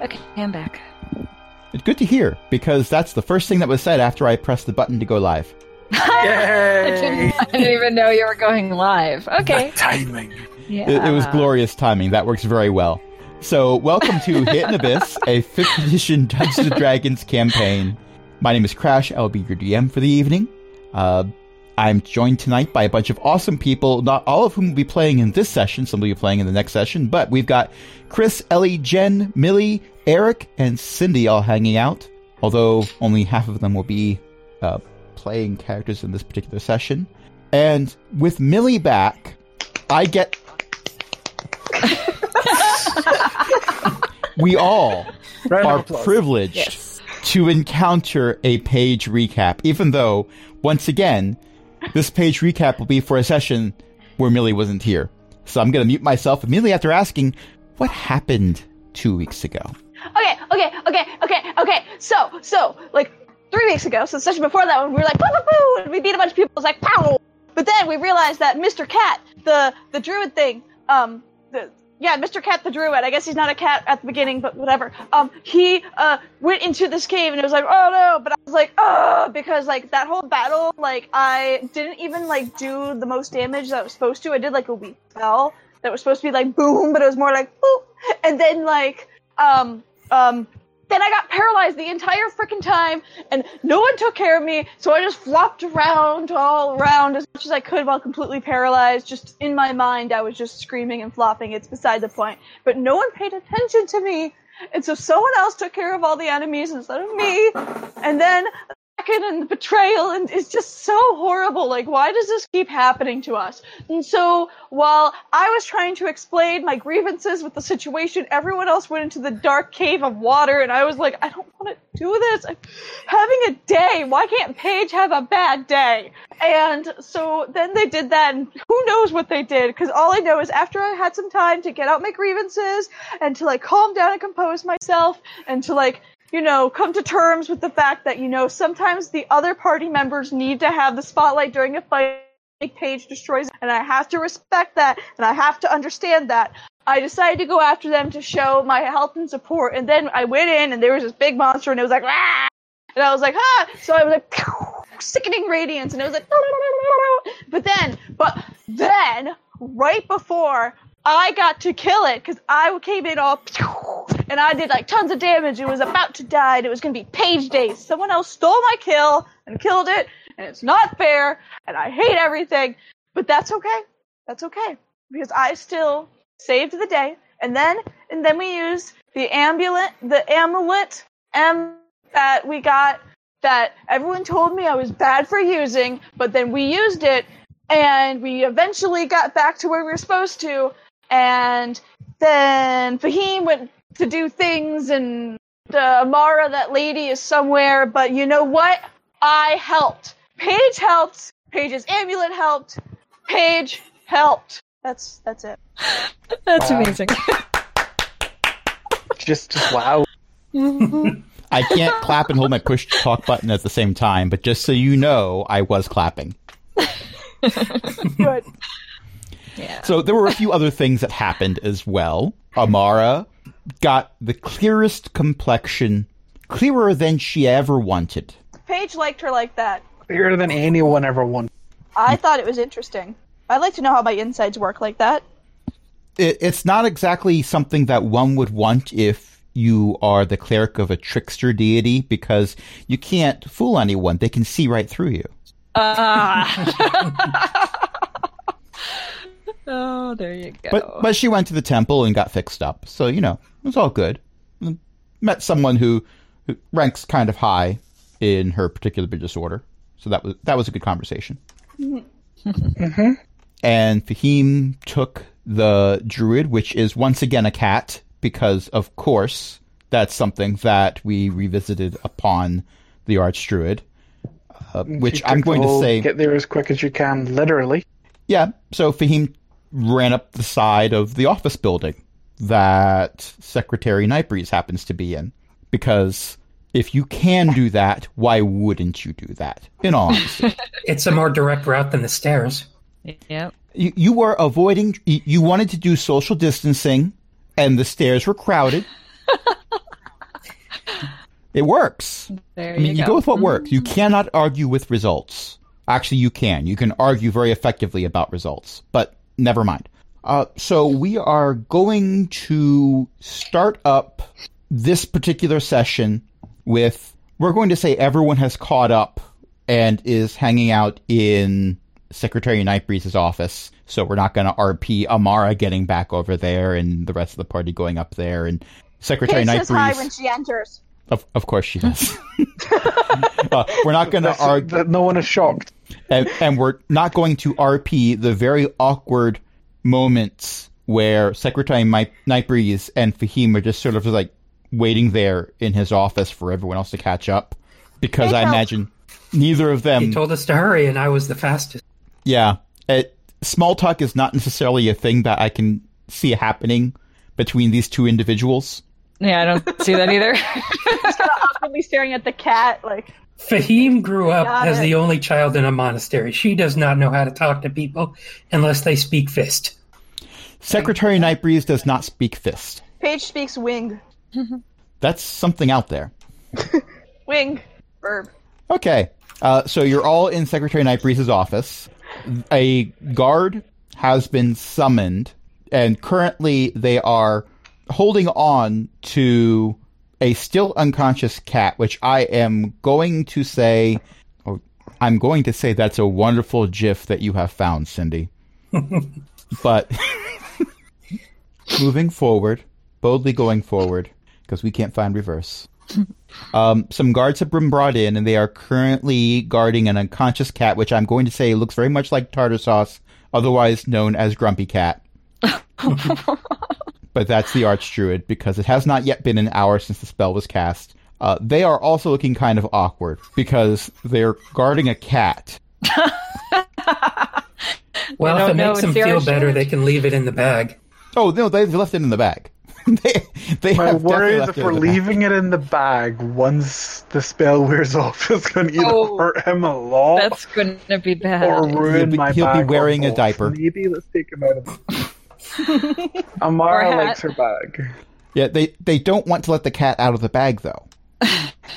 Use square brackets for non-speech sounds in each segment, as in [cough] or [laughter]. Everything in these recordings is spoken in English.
Okay, I'm back. It's good to hear because that's the first thing that was said after I pressed the button to go live. [laughs] I, [laughs] didn't, I didn't even know you were going live. Okay. Timing. Yeah. [laughs] It, it was glorious timing. That works very well. So, welcome to Hit an Abyss, a 5th edition [laughs] Dungeons and Dragons campaign. My name is Crash. I'll be your DM for the evening. Uh, I'm joined tonight by a bunch of awesome people, not all of whom will be playing in this session. Some will be playing in the next session, but we've got Chris, Ellie, Jen, Millie, Eric, and Cindy all hanging out. Although only half of them will be uh, playing characters in this particular session. And with Millie back, I get we all Round of are applause. privileged Yes. to encounter a page recap, even though, once again, this page recap will be for a session where Millie wasn't here. So I'm going to mute myself immediately after asking what happened two weeks ago. okay, okay, okay, okay, okay. So, so, like, three weeks ago, so the session before that one, we were like, boo, boo, boo, and we beat a bunch of people. It was like, pow! But then we realized that Mr. Cat, the, the druid thing, um, the, yeah, Mr. Cat the druid, I guess he's not a cat at the beginning, but whatever. Um, he, uh, went into this cave and it was like, oh no, but I was like, oh, because, like, that whole battle, like, I didn't even, like, do the most damage that I was supposed to. I did, like, a weak spell that was supposed to be, like, boom, but it was more like, boop. And then, like, um, um, then I got paralyzed the entire freaking time, and no one took care of me, so I just flopped around all around as much as I could while completely paralyzed. Just in my mind, I was just screaming and flopping. It's beside the point. But no one paid attention to me, and so someone else took care of all the enemies instead of me. And then second and the betrayal and it's just so horrible like why does this keep happening to us and so while i was trying to explain my grievances with the situation everyone else went into the dark cave of water and i was like i don't want to do this i'm having a day why can't paige have a bad day and so then they did that and who knows what they did because all i know is after i had some time to get out my grievances and to like calm down and compose myself and to like you know, come to terms with the fact that, you know, sometimes the other party members need to have the spotlight during a fight. Nick Page destroys, and I have to respect that, and I have to understand that. I decided to go after them to show my help and support, and then I went in, and there was this big monster, and it was like, "Ah!" Rah! and I was like, ah! So I was like, [laughs] "Pew!" sickening radiance, and it was like, [laughs] but then, but then, right before I got to kill it, because I came in all, [laughs] "Pew!" and I did like tons of damage. It was about to die, and it was gonna be page days. Someone else stole my kill and killed it, and it's not fair, and I hate everything, but that's okay. That's okay because I still saved the day. And then and then we used the amulet, the amulet M that we got that everyone told me I was bad for using, but then we used it and we eventually got back to where we were supposed to. And then Fahim went to do things and uh, Amara, that lady, is somewhere. But you know what? I helped. Paige helped. Paige's amulet helped. Paige helped. That's that's it. That's [laughs] amazing. Just wow. I can't clap and hold my push to talk button at the same time, but just so you know, I was clapping. Good. So there were a few other things that happened as well. Amara got the clearest complexion, clearer than she ever wanted. Paige liked her like that. Bigger than anyone ever won. I thought it was interesting. I'd like to know how my insides work like that. It, it's not exactly something that one would want if you are the cleric of a trickster deity because you can't fool anyone. They can see right through you. Ah. [laughs] oh, there you go. But but she went to the temple and got fixed up. So you know it was all good. Met someone who, who ranks kind of high in her particular religious order. So that was that was a good conversation. And Fahim took the druid, which is once again a cat, because of course that's something that we revisited upon the archdruid, uh, which She I'm took the going to whole say Get there as quick as you can, literally. yeah, so Fahim ran up the side of the office building that Secretary Nightbreeze happens to be in. Because if you can do that, why wouldn't you do that? In all honesty. [laughs] It's a more direct route than the stairs. yep. you, you were avoiding, you you wanted to do social distancing, and the stairs were crowded. It works. There I mean, you, go. with what works. You cannot argue with results. Actually, you can. You can argue very effectively about results, but never mind. Uh, so we are going to start up this particular session with. We're going to say everyone has caught up and is hanging out in Secretary Nightbreeze's office. So we're not going to RP Amara getting back over there and the rest of the party going up there and Secretary Paige says hi Nightbreeze. when she enters. Of, of course she does. Uh, we're not going to That's- argue, that no one is [laughs] shocked. and, and we're not going to RP the very awkward moments where Secretary Mike Nightbreeze and Fahim are just sort of like waiting there in his office for everyone else to catch up, because I Hey, Phil. imagine neither of them. He told us to hurry, and I was the fastest. Yeah. It, small talk is not necessarily a thing that I can see happening between these two individuals. Yeah, I don't see that [laughs] either. [laughs] Just kind of awkwardly staring at the cat, like Fahim grew up Got as it. the only child in a monastery. She does not know how to talk to people unless they speak fist. Secretary Nightbreeze does not speak fist. Paige speaks wing, That's something out there. wing, verb. Okay. Uh, so you're all in Secretary Nightbreeze's office. A guard has been summoned, and currently they are holding on to a still unconscious cat, which I am going to say. oh, I'm going to say that's a wonderful gif that you have found, Cindy. but [laughs] moving forward, boldly going forward, because we can't find reverse. Um, some guards have been brought in, and they are currently guarding an unconscious cat, which I'm going to say looks very much like tartar sauce, otherwise known as Grumpy Cat. but that's the Archdruid because it has not yet been an hour since the spell was cast. Uh, they are also looking kind of awkward because they're guarding a cat. Well, I if it don't know, makes them it's the feel Irish better, Irish. they can leave it in the bag. Oh no, they've left it in the bag. [laughs] they they My have worry is definitely left if it in we're the bag. leaving it in the bag once the spell wears [laughs] off, it's going to either Oh. hurt him a lot That's going to be or bad. ruin He'll be- my he'll be bag. or wearing a both. diaper. Maybe let's take him out of [laughs] it. Amara Or hat. likes her bag. Yeah, they they don't want to let the cat out of the bag though.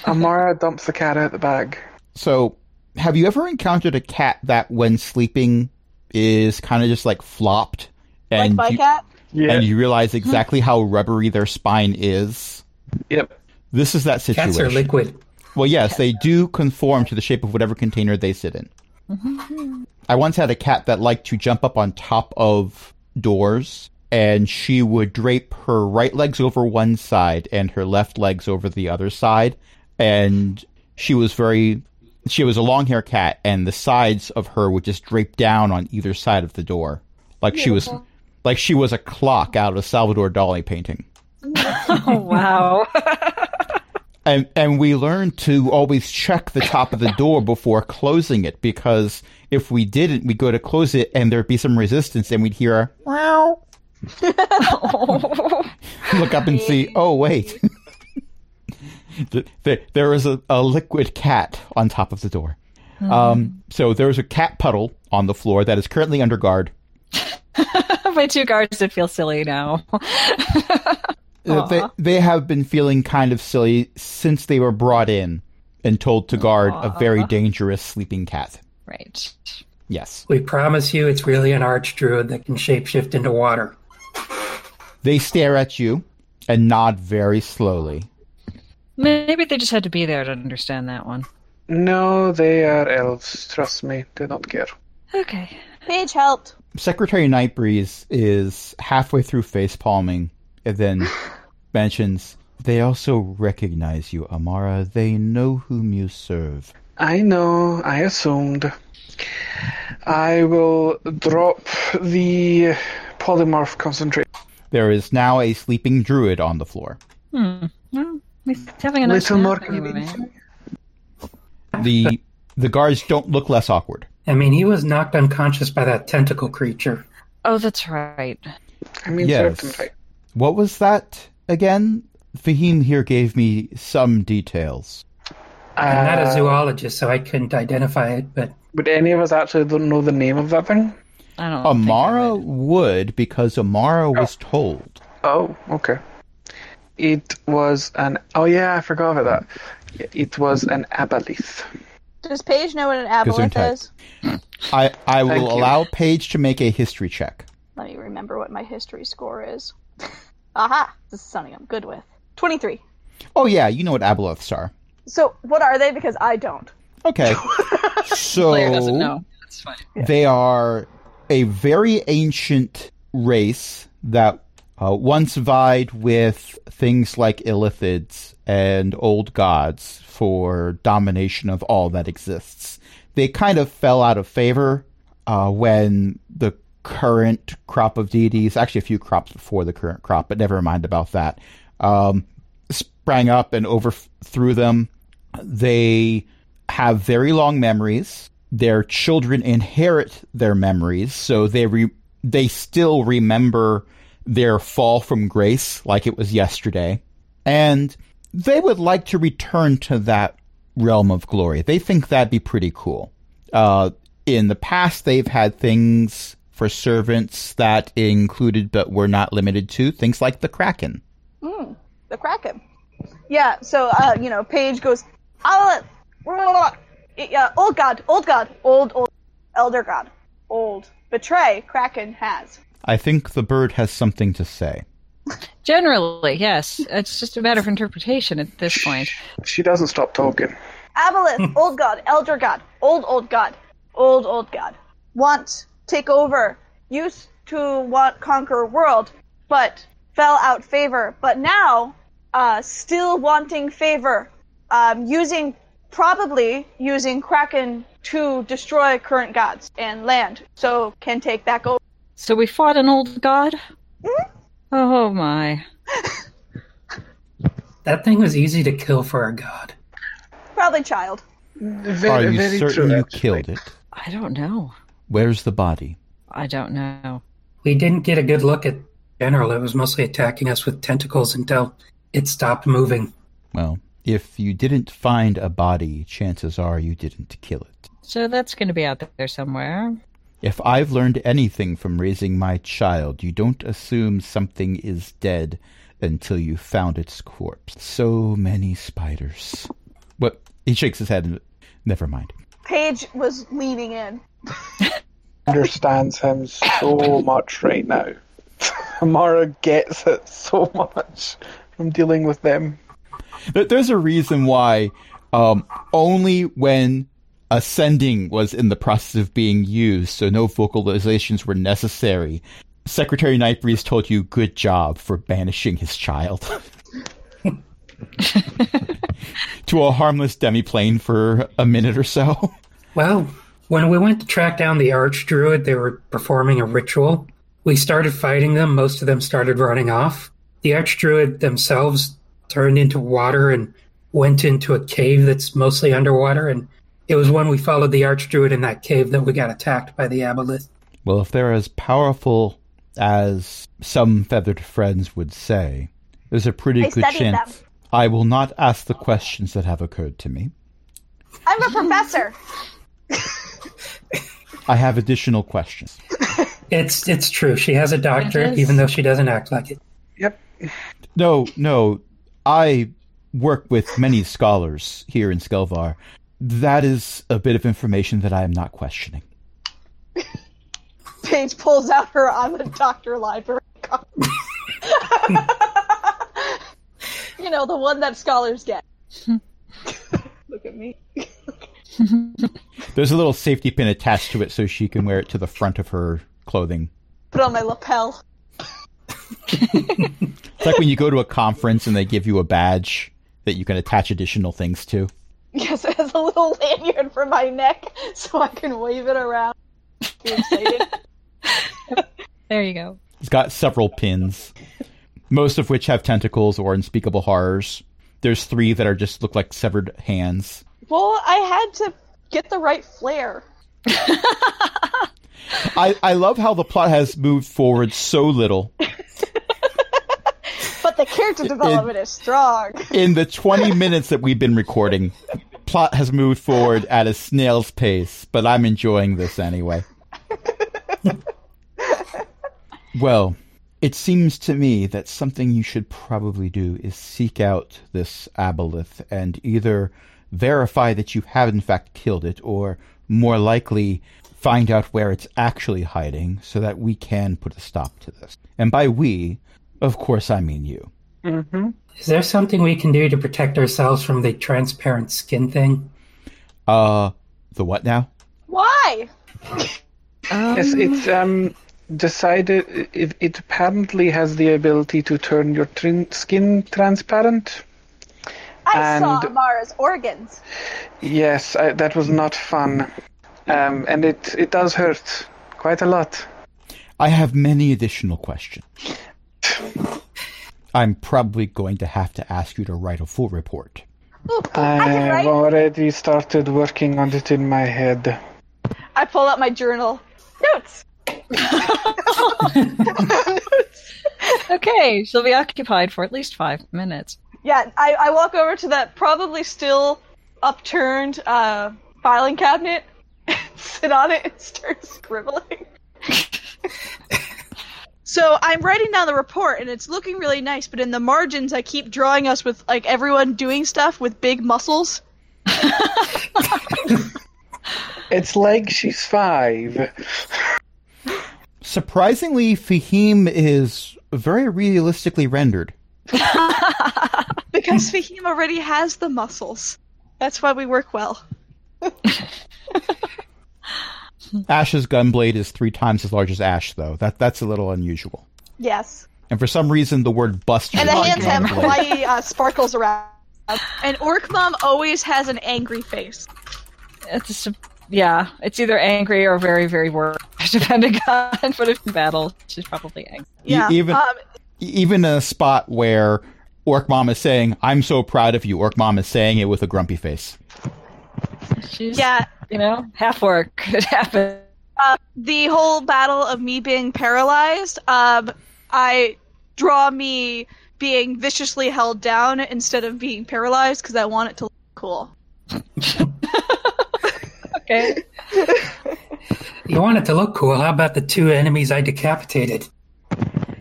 Amara dumps the cat out the bag. So, have you ever encountered a cat that, when sleeping, is kind of just like flopped, Like and my you, cat. Yeah. and you realize exactly how rubbery their spine is? yep. This is that Cats are situation. liquid. Well, yes, they do conform to the shape of whatever container they sit in. I once had a cat that liked to jump up on top of doors, and she would drape her right legs over one side and her left legs over the other side. And she was very, she was a long hair cat, and the sides of her would just drape down on either side of the door, like she was, like she was a clock out of a Salvador Dali painting Oh, [laughs] wow. [laughs] and and we learned to always check the top of the door before closing it because if we didn't, we'd go to close it and there'd be some resistance, and we'd hear a meow. Look up and see. Oh wait, [laughs] Th- there, there is a, a liquid cat on top of the door. Um, so there is a cat puddle on the floor that is currently under guard. My two guards did feel silly now. [laughs] Uh, They, they have been feeling kind of silly since they were brought in and told to guard a very dangerous sleeping cat. right. Yes. We promise you it's really an archdruid that can shapeshift into water. They stare at you and nod very slowly. Maybe they just had to be there to understand that one. No, they are elves. Trust me, they don't care. Okay. Paige helped. Secretary Nightbreeze is halfway through face palming and then mentions they also recognize you, Amara. They know whom you serve. I know, I assumed. I will drop the polymorph concentrate. There is now a sleeping druid on the floor. Hmm. Well, he's having a nice Little more nap anyway. convenient. The the guards don't look less awkward. I mean, he was knocked unconscious by that tentacle creature. Oh, that's right. I mean, Yes. certain fight. What was that again? Fahim here gave me some details. I'm not Uh, a zoologist, so I couldn't identify it, but Would any of us actually don't know the name of that thing? I don't Um, think I Amara would. would because Amara was told. Oh, okay. It was an. Oh yeah, I forgot about that. Mm. It was an abalith. Does Paige know what an aboleth Gesundheit. is? I, I Thank you. will allow Paige to make a history check. Let me remember what my history score is. [laughs] Aha! This is something I'm good with. 23. Oh, yeah, you know what aboleths are. So, what are they? Because I don't. Okay. [laughs] so Player doesn't know. That's fine. They are a very ancient race that uh, once vied with things like Illithids and old gods for domination of all that exists. They kind of fell out of favor uh, when the current crop of deities, actually a few crops before the current crop, but never mind about that, um, sprang up and overthrew them. They have very long memories. Their children inherit their memories, so they re- they still remember their fall from grace like it was yesterday. And they would like to return to that realm of glory. They think that'd be pretty cool. Uh, in the past, they've had things for servants that included but were not limited to things like the Kraken. The Kraken. Yeah, so, uh, you know, Paige goes, Aboleth! Yeah, old god, old god, old, old, elder god, old. Betray, Kraken has. I think the bird has something to say. Generally, yes. It's just a matter of interpretation at this point. She doesn't stop talking. Aboleth, old god, elder god, old old god, old old god. Want, take over, used to want conquer world, but fell out favor. But now, uh, still wanting favor, um, using probably using kraken to destroy current gods and land, so can take back over. So we fought an old god? Oh my. That thing was easy to kill for a god. Probably child. Are Very, you very certain true. you actually. killed it? I don't know. Where's the body? I don't know. We didn't get a good look at General. It was mostly attacking us with tentacles until it stopped moving. Well, if you didn't find a body, chances are you didn't kill it. So that's going to be out there somewhere. If I've learned anything from raising my child, you don't assume something is dead until you found its corpse. So many spiders. What? He shakes his head. and Never mind. Paige was leaning in. Understands him so much right now. [laughs] Amara gets it so much from dealing with them. There- There's a reason why um, only when ascending was in the process of being used, so no vocalizations were necessary, Secretary Nightbreeze told you good job for banishing his child. [laughs] to a harmless demiplane for a minute or so. Well, when we went to track down the arch druid, they were performing a ritual. We started fighting them. Most of them started running off. The arch druid themselves turned into water and went into a cave that's mostly underwater. And it was when we followed the arch druid in that cave that we got attacked by the aboleth. [laughs] Well, if they're as powerful as some feathered friends would say, there's a pretty I good studied them. chance I will not ask the questions that have occurred to me. I'm a professor. I have additional questions. It's it's true. She has a doctorate, is. even though she doesn't act like it. Yep. No, no. I work with many scholars here in Skelvar. That is a bit of information that I am not questioning. Paige pulls out her I'm a doctor library [laughs] card. you know, the one that scholars get. [laughs] Look at me. There's a little safety pin attached to it so she can wear it to the front of her clothing. Put on my lapel. It's like when you go to a conference and they give you a badge that you can attach additional things to. Yes, it has a little lanyard for my neck so I can wave it around. Be excited. There you go. It's got several pins, most of which have tentacles or unspeakable horrors. There's three that are just look like severed hands. well, I had to get the right flair. I, I love how the plot has moved forward so little. But the character development is strong. in the 20 minutes that we've been recording, plot has moved forward at a snail's pace, but I'm enjoying this anyway. well, It seems to me that something you should probably do is seek out this aboleth and either verify that you have in fact killed it, or more likely, find out where it's actually hiding so that we can put a stop to this. And by we, of course, I mean you. Mm-hmm. Is there something we can do to protect ourselves from the transparent skin thing? Uh, the what now? Why? Um, Yes, it's um decided. It, it apparently has the ability to turn your trin- skin transparent. I saw And- Mara's organs. Yes, I, that was not fun, um, and it it does hurt quite a lot. I have many additional questions. I'm probably going to have to ask you to write a full report. Ooh, I I can have write. already started working on it in my head. I pull out my journal. Notes. okay, she'll be occupied for at least five minutes. Yeah, I, I walk over to that probably still upturned uh, filing cabinet, [laughs] sit on it, and start scribbling. so I'm writing down the report, and it's looking really nice. But in the margins, I keep drawing us with like everyone doing stuff with big muscles. [laughs] It's like she's five. Surprisingly, Fahim is very realistically rendered. [laughs] Because Fahim already has the muscles. That's why we work well. Ash's gunblade is three times as large as Ash, though. That that's a little unusual. Yes. And for some reason, the word "bust" And is the on hands have the blade. [laughs] Hawaii uh, sparkles around. And Orc Mom always has an angry face. It's just, a- yeah, it's either angry or very, very worried, [laughs] depending on what if in battle. She's probably angry. E- Yeah. even- um, E-, Even in a spot where Orc Mom is saying, "I'm so proud of you," Orc Mom is saying it with a grumpy face. She's, yeah. you know, half work. It happens. Uh, the whole battle of me being paralyzed, um, I draw me being viciously held down instead of being paralyzed because I want it to look cool. Okay. You want it to look cool. How about the two enemies I decapitated?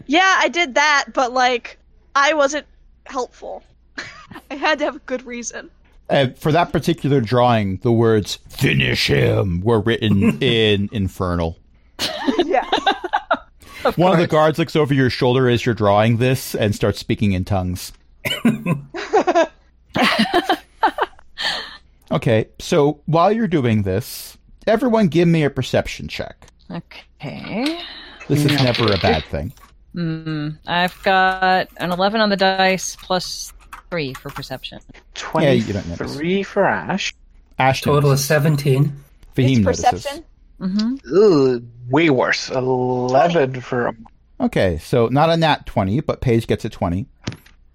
Yeah, I did that, but like, I wasn't helpful. [laughs] I had to have a good reason. Uh, for that particular drawing, the words "finish him" were written in Infernal. Yeah. [laughs] One of the guards looks over your shoulder as you're drawing this and starts speaking in tongues. okay, so while you're doing this, everyone give me a perception check. Okay. This is never a bad thing. Hmm. I've got an 11 on the dice plus 3 for perception. Yeah, Twenty you don't notice. three for Ash. Ashton, Total of 17. Fahim it's notices. perception. Mm-hmm. Ooh, way worse. Eleven for a Okay, so not a nat 20, but Paige gets a 20.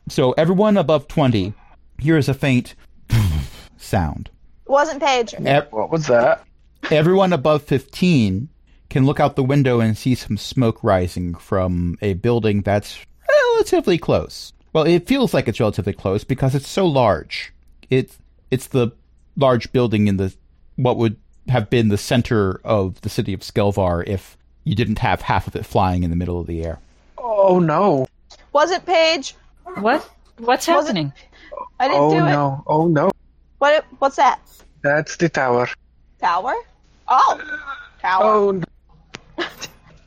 So everyone above 20 hears a faint [laughs] sound. Wasn't Paige. Ev- What was that? Everyone above 15 can look out the window and see some smoke rising from a building that's relatively close. Well, it feels like it's relatively close because it's so large. It's it's the large building in the what would have been the center of the city of Skelvar if you didn't have half of it flying in the middle of the air. Oh no! Wasn't Paige. What? What's Was it- happening? I didn't Oh do it. no! Oh no! What? What's that? That's the tower. Tower? Oh, tower. Oh. No. [laughs]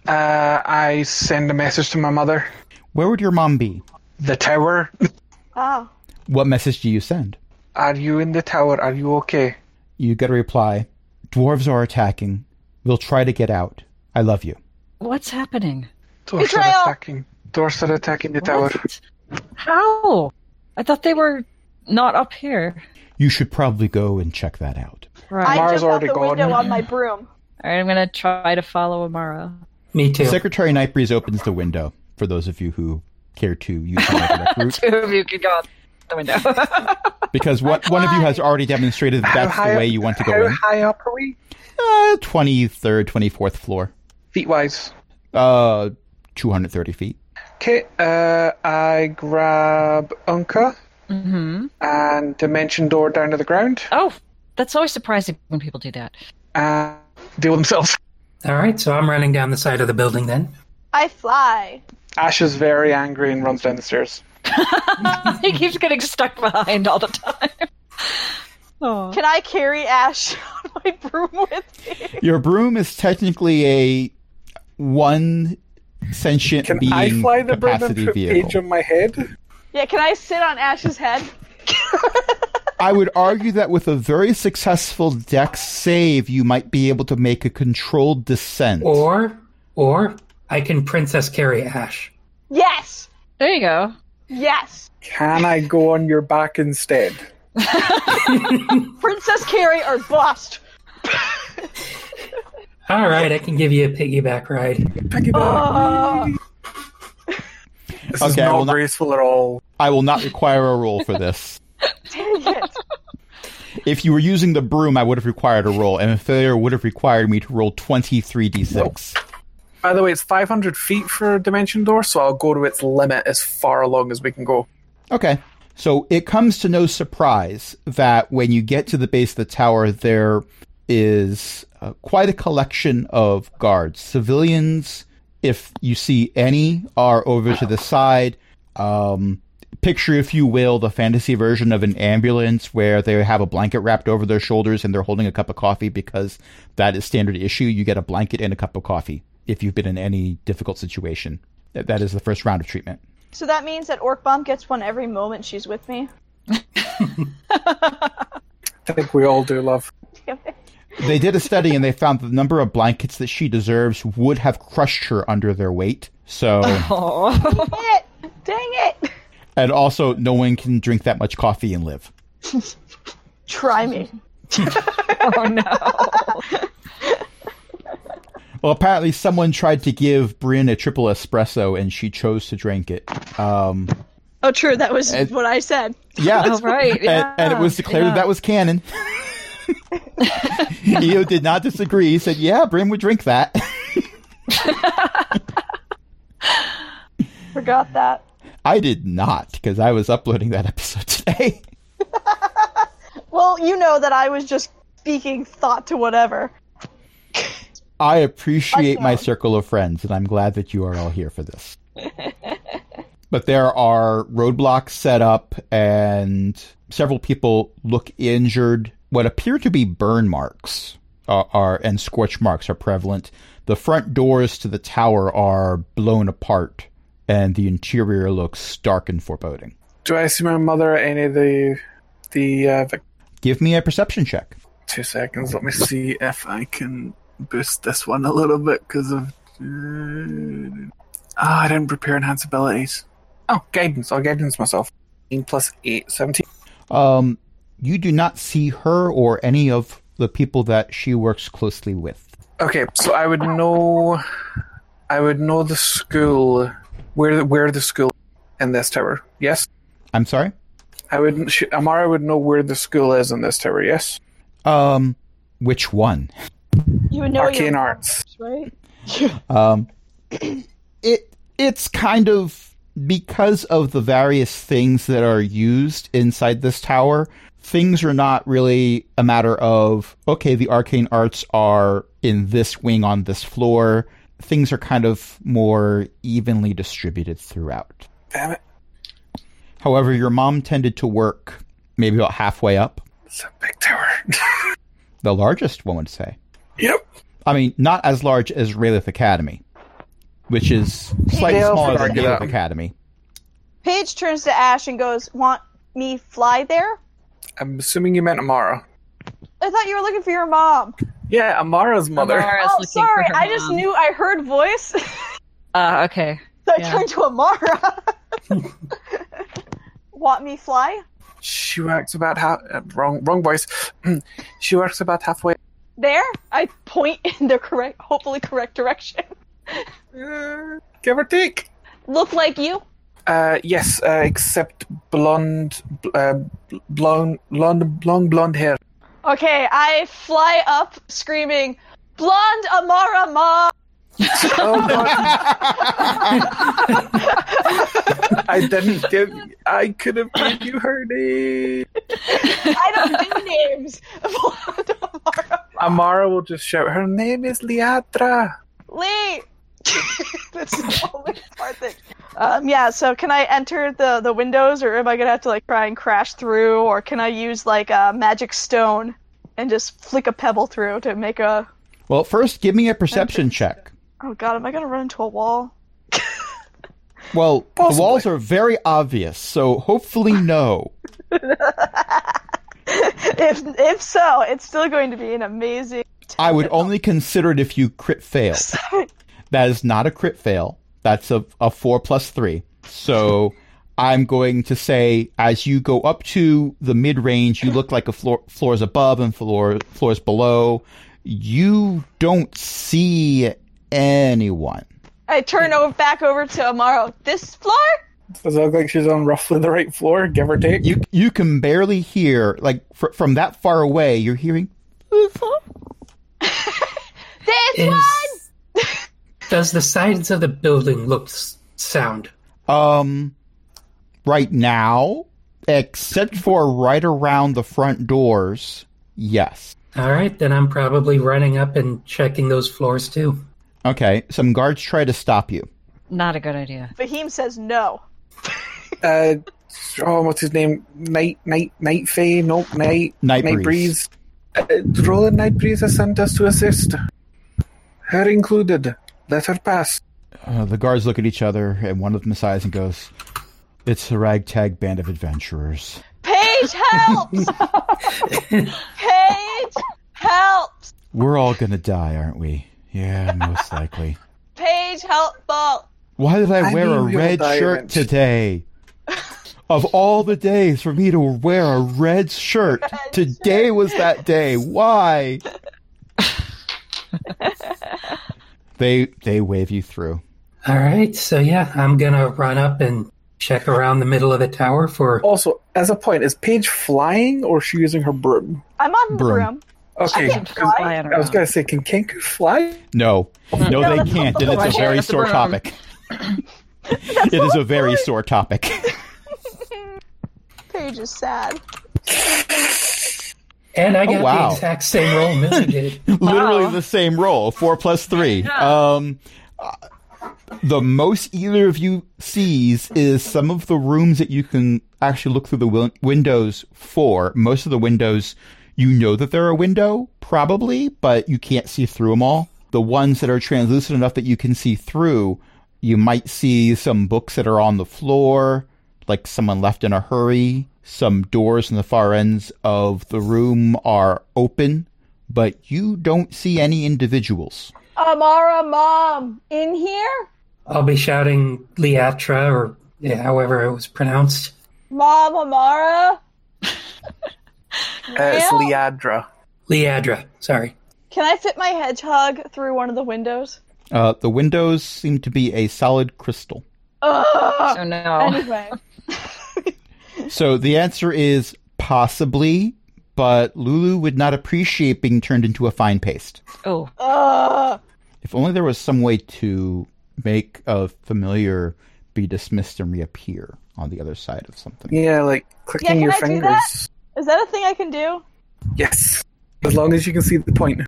Uh, I send a message to my mother. Where would your mom be? The tower. Oh. What message do you send? Are you in the tower? Are you okay? You get a reply. Dwarves are attacking. We'll try to get out. I love you. What's happening? Dwarfs Betrayal! are attacking. Dwarfs are attacking the tower. What? How? I thought they were not up here. You should probably go and check that out. Right. I Mara's jumped out already the window gone. on my broom. All right, I'm going to try to follow Amara. [laughs] Me too. Secretary Nightbreeze opens the window for those of you who care to use the [laughs] direct route, Two of you could go out the window. [laughs] because what, one of you has already demonstrated that that's How high- the way you want to go How in. high up are we? Uh, 23rd, 24th floor. Feet wise. Uh, 230 feet. Okay. Uh, I grab Unka mm-hmm. and dimension door down to the ground Oh, that's always surprising when people do that. [laughs] and deal themselves. All right, so I'm running down the side of the building then. I fly. Ash is very angry and runs down the stairs. he keeps getting stuck behind all the time. [laughs] Oh. Can I carry Ash [laughs] on my broom with me? Your broom is technically a one sentient Can being I fly the bird and capacity put vehicle. Paige on my head? Yeah, can I sit on Ash's head? I would argue that with a very successful dex save, you might be able to make a controlled descent. Or, or I can Princess Carrie Ash. Yes! There you go. Yes! Can I go on your back instead? Princess Carrie or bust! All right, I can give you a piggyback ride. Pick it up. Oh, This is Ah. Okay, I not will not- graceful at all. I will not require a roll for this. dang it. If you were using the broom, I would have required a roll, and a failure would have required me to roll 23d6. By the way, it's 500 feet for Dimension Door, so I'll go to its limit as far along as we can go. Okay. So it comes to no surprise that when you get to the base of the tower, there is uh, quite a collection of guards. Civilians, if you see any, are over to the side. Um, picture, if you will, the fantasy version of an ambulance where they have a blanket wrapped over their shoulders and they're holding a cup of coffee because that is standard issue. You get a blanket and a cup of coffee if you've been in any difficult situation. That that is the first round of treatment. So that means that Orc Bomb gets one every moment she's with me. I think we all do, love. Damn it. They did a study and they found the number of blankets that she deserves would have crushed her under their weight. So, Oh. Dang it! Dang it! and also, no one can drink that much coffee and live. Try me. [laughs] oh no. Well, apparently, someone tried to give Bryn a triple espresso and she chose to drink it. Um, Oh, true, that was And- what I said. yeah. Oh, right. Yeah. and, and it was declared that that was canon. [laughs] Eo did not disagree. He said, Yeah, Bryn would drink that. [laughs] Forgot that. I did not because I was uploading that episode today. Well, you know that I was just speaking thought to whatever. I appreciate my Awesome. circle of friends, and I'm glad that you are all here for this. [laughs] but there are roadblocks set up, and several people look injured. What appear to be burn marks are, are and scorch marks are prevalent. The front doors to the tower are blown apart, and the interior looks stark and foreboding. Do I see my mother at any of the. the uh, vic- Give me a perception check. two seconds. Let me see if I can boost this one a little bit because of. Ah, I didn't prepare enhance abilities. Oh, guidance. I'll guidance myself. 18 plus 8, 17. Um, you do not see her or any of the people that she works closely with. Okay, so I would know. I would know the school. Where where the school in this tower? Yes, I'm sorry. I would. She, Amara would know where the school is in this tower. Yes, Um, which one? You would know arcane your arts. right? Um, it it's kind of because of the various things that are used inside this tower. Things are not really a matter of okay, the arcane arts are in this wing on this floor. Things are kind of more evenly distributed throughout. Damn it! However, your mom tended to work maybe about halfway up, It's a big tower. [laughs] the largest one would say. yep. I mean, not as large as Raylith Academy, which is slightly They'll smaller than forget Raylith them. Academy. [laughs] Paige turns to Ash and goes, Want me fly there? I'm assuming you meant Amara. I thought you were looking for your mom. Yeah, Amara's mother. Amara's Oh, looking for sorry. her I just mom. knew I heard voice. [laughs] so Ah, okay. I Yeah. turned to Amara. [laughs] Want me fly? She works about half. Uh, wrong, wrong voice. [clears throat] she works about halfway. There? I point in the correct, hopefully correct direction. Uh, give or take. Look like you? Uh, yes, uh, except blonde, bl- uh, bl- blonde, blonde, long blonde hair. [laughs] Okay, I fly up screaming, Blonde Amara Mom! Oh God! I didn't give. I could have given you her name. I [laughs] don't do names! [laughs] Blonde Amara Amara will just shout. Her name is Liatra. Lee! That's the only hard thing. Um, yeah. So can I enter the the windows, or am I gonna have to like try and crash through, or can I use like a magic stone and just flick a pebble through to make a? Well, first, give me a perception check. Oh God, am I gonna run into a wall? [laughs] Well, the walls are very obvious, so hopefully no. if if so, it's still going to be an amazing. I would only consider it if you crit fail. That is not a crit fail. That's a, a four plus three. So I'm going to say as you go up to the mid range, you look like a floor floors above and floor floors below. You don't see anyone. I turn over back over to Amaro. This floor? Does it look like she's on roughly the right floor, give or take? You you can barely hear like fr- from that far away. You're hearing This Is- one? [laughs] does the sides of the building look s- sound? um right now, except for right around the front doors. Yes. All right, then I'm probably running up and checking those floors too. Okay. Some guards try to stop you. Not a good idea. Fahim says no. Uh, oh, what's his name? Night, night, night Fae? Nope, night. Night Breeze. breeze. Uh, roll a night breeze has sent us to assist. Her included. Let her pass. Uh, the guards look at each other, and one of them sighs and goes, "It's a ragtag band of adventurers." Paige helps. [laughs] Paige helps. We're all gonna die, aren't we? Yeah, [laughs] most likely. Paige helpful. Why did I, I wear mean, a we all red die shirt eventually. [laughs] today? of all the days for me to wear a red shirt, today was that day. [laughs] Why? they they wave you through. All right, so yeah, I'm gonna run up and check around the middle of the tower for. Also, as a point, is Paige flying or is she using her broom? I'm on the Broom. room. Okay. can fly. Flying I was around. going to say, can Kenku fly? No, no, they that's can't, and not the point. it's a very That's the sore wrong. topic. it is a very sore topic. Paige is sad. And I got Oh, wow. the exact same roll Missy did. [laughs] literally the same roll four plus three um uh, the most either of you sees is some of the rooms that you can actually look through the win- windows for most of the windows you know that they're a window probably but you can't see through them all the ones that are translucent enough that you can see through you might see some books that are on the floor like someone left in a hurry some doors in the far ends of the room are open but you don't see any individuals. Amara mom in here? I'll be shouting Liatra or yeah, however it was pronounced. Mom Amara? Uh, it's Liadra. Liadra, sorry. Can I fit my hedgehog through one of the windows? Uh, the windows seem to be a solid crystal. [laughs] Ugh. So Oh, no. [laughs] Anyway, So the answer is possibly, but Lulu would not appreciate being turned into a fine paste. Oh, Ugh. If only there was some way to make a familiar be dismissed and reappear on the other side of something. Yeah, like clicking can your I do fingers. that? is that a thing I can do? Yes. As long as you can see the point.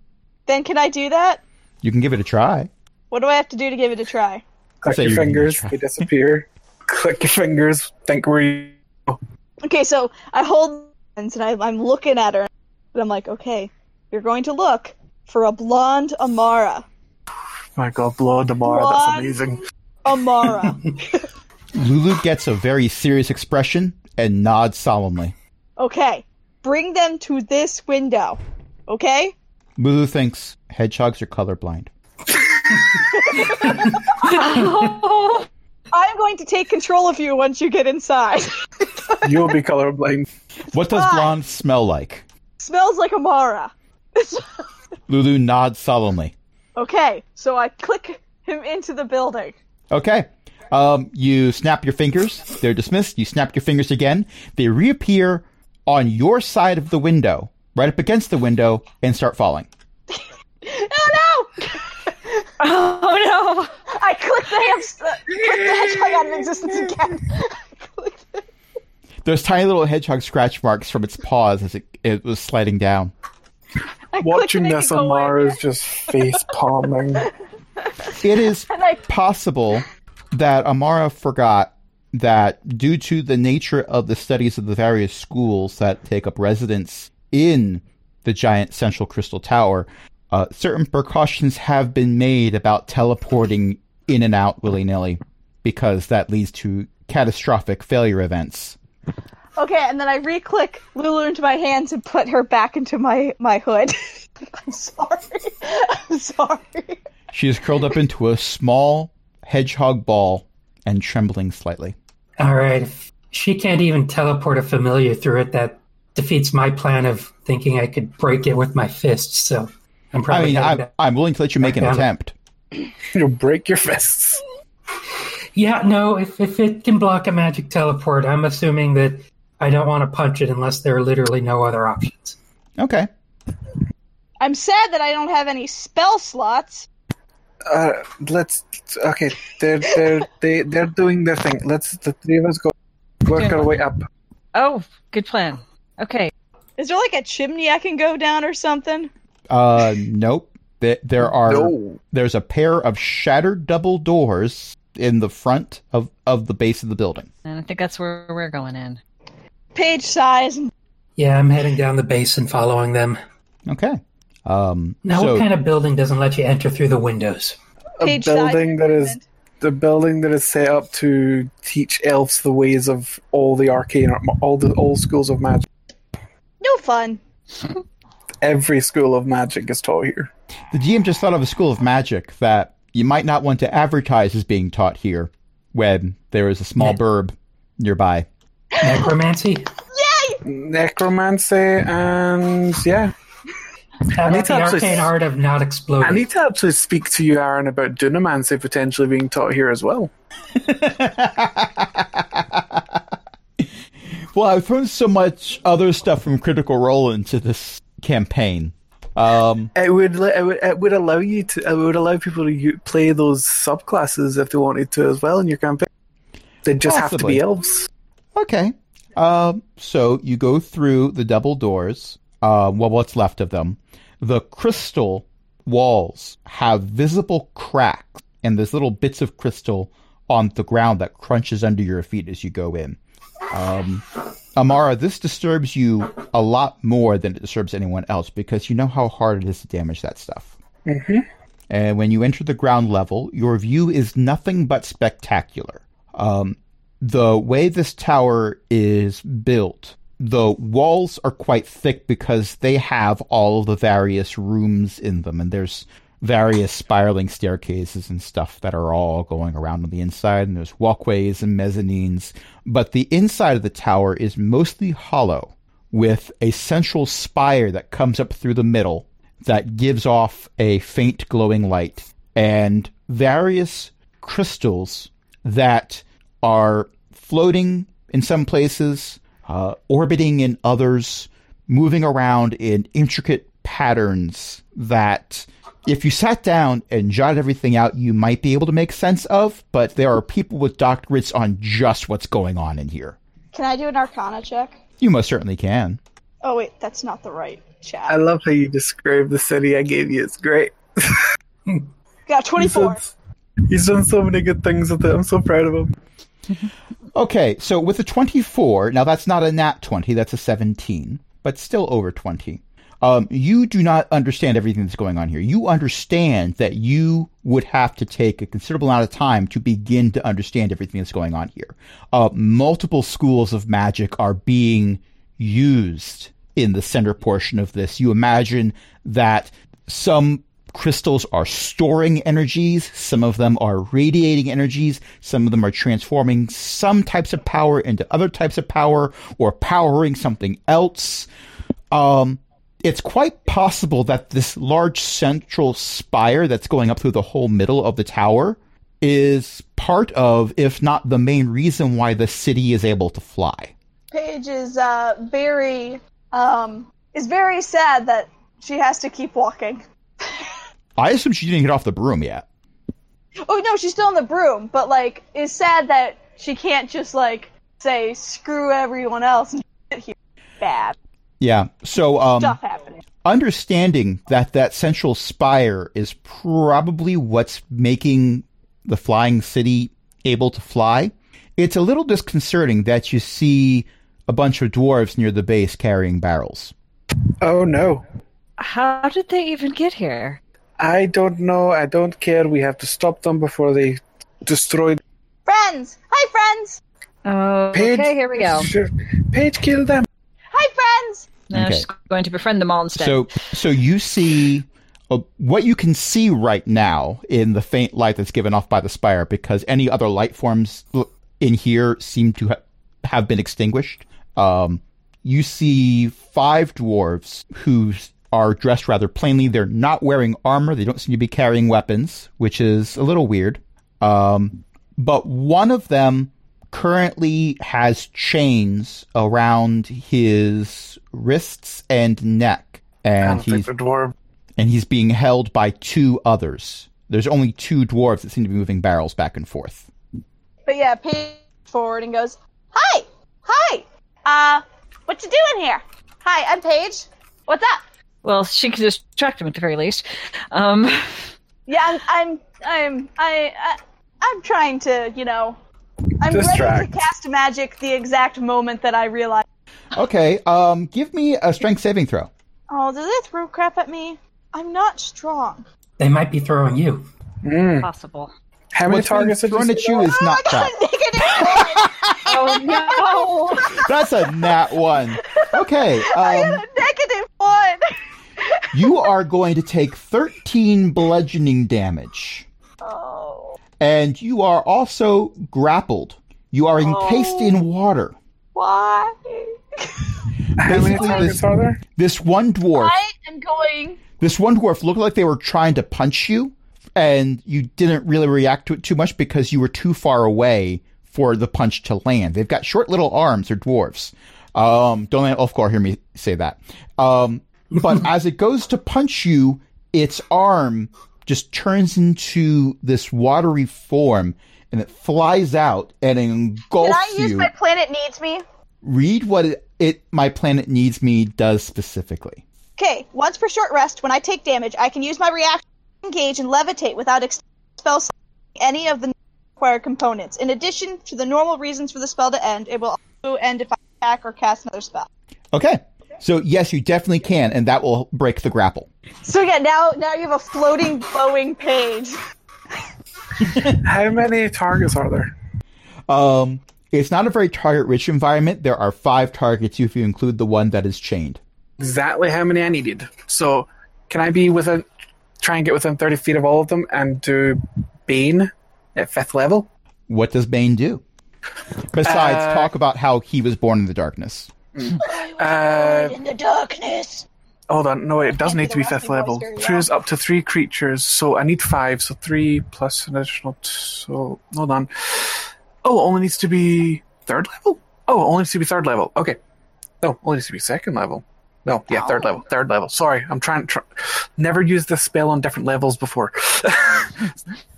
Then can I do that? You can give it a try. What do I have to do to give it a try? Click Say your you can fingers, try. they disappear. Click your fingers, think where you. Okay, so I hold hands and I, I'm looking at her, and I'm like, okay, you're going to look for a blonde Amara. my god, Blood Amara, Blonde that's amazing. Amara. Lulu gets a very serious expression and nods solemnly. okay, bring them to this window. Okay? Lulu thinks hedgehogs are colorblind. Oh, I'm going to take control of you once you get inside. [laughs] You'll be colorblind. What does blonde smell like? Smells like Amara. [laughs] Lulu nods solemnly. okay, so I click him into the building. Okay. Um, you snap your fingers. They're dismissed. You snap your fingers again. They reappear on your side of the window, right up against the window, and start falling. Oh no! [laughs] oh no. I clicked the hamster, clicked the hedgehog out of existence again. [laughs] Clicked it. There's tiny little hedgehog scratch marks from its paws as it, it was sliding down. I clicked Watching it and this, go away. Amara is just face palming. It is [laughs] And I possible that Amara forgot that due to the nature of the studies of the various schools that take up residence in the giant central crystal tower, uh, certain precautions have been made about teleporting in and out willy nilly because that leads to catastrophic failure events. okay, and then I re-click Lulu into my hands and put her back into my my hood. [laughs] I'm sorry. [laughs] I'm sorry. She is curled up into a small hedgehog ball and trembling slightly. All right. If she can't even teleport a familiar through it, that defeats my plan of thinking I could break it with my fists. So I'm I probably mean, headed I'm, that- I'm willing to let you make an Okay. attempt. You'll break your fists. yeah. No, if if it can block a magic teleport, I'm assuming that I don't want to punch it unless there are literally no other options. Okay. I'm sad that I don't have any spell slots. Uh, let's okay. They're they're they they're doing their thing. Let's the three of us go work our way up. Oh, good plan. Okay. Is there like a chimney I can go down or something? Uh, nope. There, there are No. there's a pair of shattered double doors in the front of, of the base of the building. And I think that's where we're going in. Page size. and- Yeah, I'm heading down the base and following them. Okay. Um, Now, so what kind of building doesn't let you enter through the windows? A Page size building that is improvement. the building that is set up to teach elves the ways of all the arcane, all the all schools of magic. No fun. Every school of magic is taught here. the GM just thought of a school of magic that you might not want to advertise as being taught here when there is a small burb [laughs] nearby. Necromancy? Necromancy and yeah, How about It's the actually- arcane art of not exploding? I need to actually speak to you, Aaron, about dunamancy potentially being taught here as well. Well, I've thrown so much other stuff from Critical Role into this campaign. Um, It would, li- it would it would allow you to it would allow people to u- play those subclasses if they wanted to as well in your campaign. They just have to Possibly. be elves. Okay. Um, so you go through the double doors, uh, well, what's left of them. The crystal walls have visible cracks, and there's little bits of crystal on the ground that crunches under your feet as you go in. Um, Amara, this disturbs you a lot more than it disturbs anyone else because you know how hard it is to damage that stuff. And when you enter the ground level, your view is nothing but spectacular. Um, the way this tower is built, the walls are quite thick because they have all the various rooms in them, and there's various spiraling staircases and stuff that are all going around on the inside, and there's walkways and mezzanines. But the inside of the tower is mostly hollow, with a central spire that comes up through the middle that gives off a faint glowing light, and various crystals that are floating in some places, uh, orbiting in others, moving around in intricate patterns that, if you sat down and jotted everything out, you might be able to make sense of. But there are people with doctorates on just what's going on in here. Can I do an Arcana check? You most certainly can. Oh wait, that's not the right chat. I love how you describe the city I gave you. It's great. Got He's 24. done, s- he's done so many good things with it. I'm so proud of him. Okay, so with a 24, now that's not a nat 20, that's a 17, but still over 20. Um, you do not understand everything that's going on here. You understand that you would have to take a considerable amount of time to begin to understand everything that's going on here. Uh, multiple schools of magic are being used in the center portion of this. You imagine that some crystals are storing energies, some of them are radiating energies, some of them are transforming some types of power into other types of power or powering something else. Um, it's quite possible that this large central spire that's going up through the whole middle of the tower is part of, if not the main reason why the city is able to fly. Paige is uh, very um, is very sad that she has to keep walking. I assume she didn't get off the broom yet. Oh no, she's still in the broom, but like is sad that she can't just like say screw everyone else and sit here. Bad Yeah. So um, stuff happening. understanding that that central spire is probably what's making the flying city able to fly, it's a little disconcerting that you see a bunch of dwarves near the base carrying barrels. Oh no. How did they even get here? I don't know. I don't care. We have to stop them before they destroy. Friends! Hi, friends! Oh, Page, okay, here we go. Sure. Paige, kill them. Hi, friends! Now Okay. she's going to befriend them all instead. So, so you see uh, what you can see right now in the faint light that's given off by the spire, because any other light forms l- in here seem to ha- have been extinguished. Um, you see five dwarves who s- are dressed rather plainly. They're not wearing armor. They don't seem to be carrying weapons, which is a little weird. Um, but one of them currently has chains around his wrists and neck, I and don't think he's the dwarf. and he's being held by two others. There's only two dwarves that seem to be moving barrels back and forth. But yeah, Paige forward and goes, Hi! Hi! Uh, what you doing here? Hi, I'm Paige. What's up? well, she could distract him at the very least. Um, Yeah, I'm, I'm, I'm, I, I, I'm trying to, you know, I'm ready Distract. to cast magic the exact moment that I realize. Okay, um, give me a strength saving throw. Oh, did they throw crap at me? I'm not strong. They might be throwing you. [laughs] possible. How many What's being targets have you thrown at you is [laughs] not that. Oh [laughs] Negative, Oh [laughs] no! That's a nat one. [laughs] Okay, um, negative one. you are going to take 13 bludgeoning damage. Oh, and you are also grappled. You are encased in water. why? How many Basically, targets this- are there? This one dwarf, I am going. this one dwarf looked like they were trying to punch you, and you didn't really react to it too much because you were too far away for the punch to land. They've got short little arms. They're dwarves. Um, don't let Ulfgar hear me say that. Um, but as it goes to punch you, its arm just turns into this watery form, and it flies out and engulfs Did I use you. my planet needs me? read what it, it my planet needs me does specifically. Okay, once per short rest, when I take damage, I can use my reaction to engage and levitate without ex- spell slashing any of the required components. In addition to the normal reasons for the spell to end, it will also end if I attack or cast another spell. Okay. So yes, you definitely can, and that will break the grapple. So yeah, now now you have a floating, glowing page. How many targets are there? Um, it's not a very target-rich environment. There are five targets if you include the one that is chained. Exactly how many I needed. So, can I be within? Try and get within thirty feet of all of them and do Bane at fifth level. What does Bane do? Besides, talk about how he was born in the darkness. Uh, In the darkness. Hold on, no, it doesn't be need to be the fifth Rocky Boys level. very Choose up to three creatures, so I need five, so three plus an additional. T- so hold on. Oh, it only needs to be third level. Oh, it only needs to be third level. Okay. No, it only needs to be second level. No, yeah, third level. Third level. Sorry, I'm trying to. Tr- Never used this spell on different levels before. [laughs]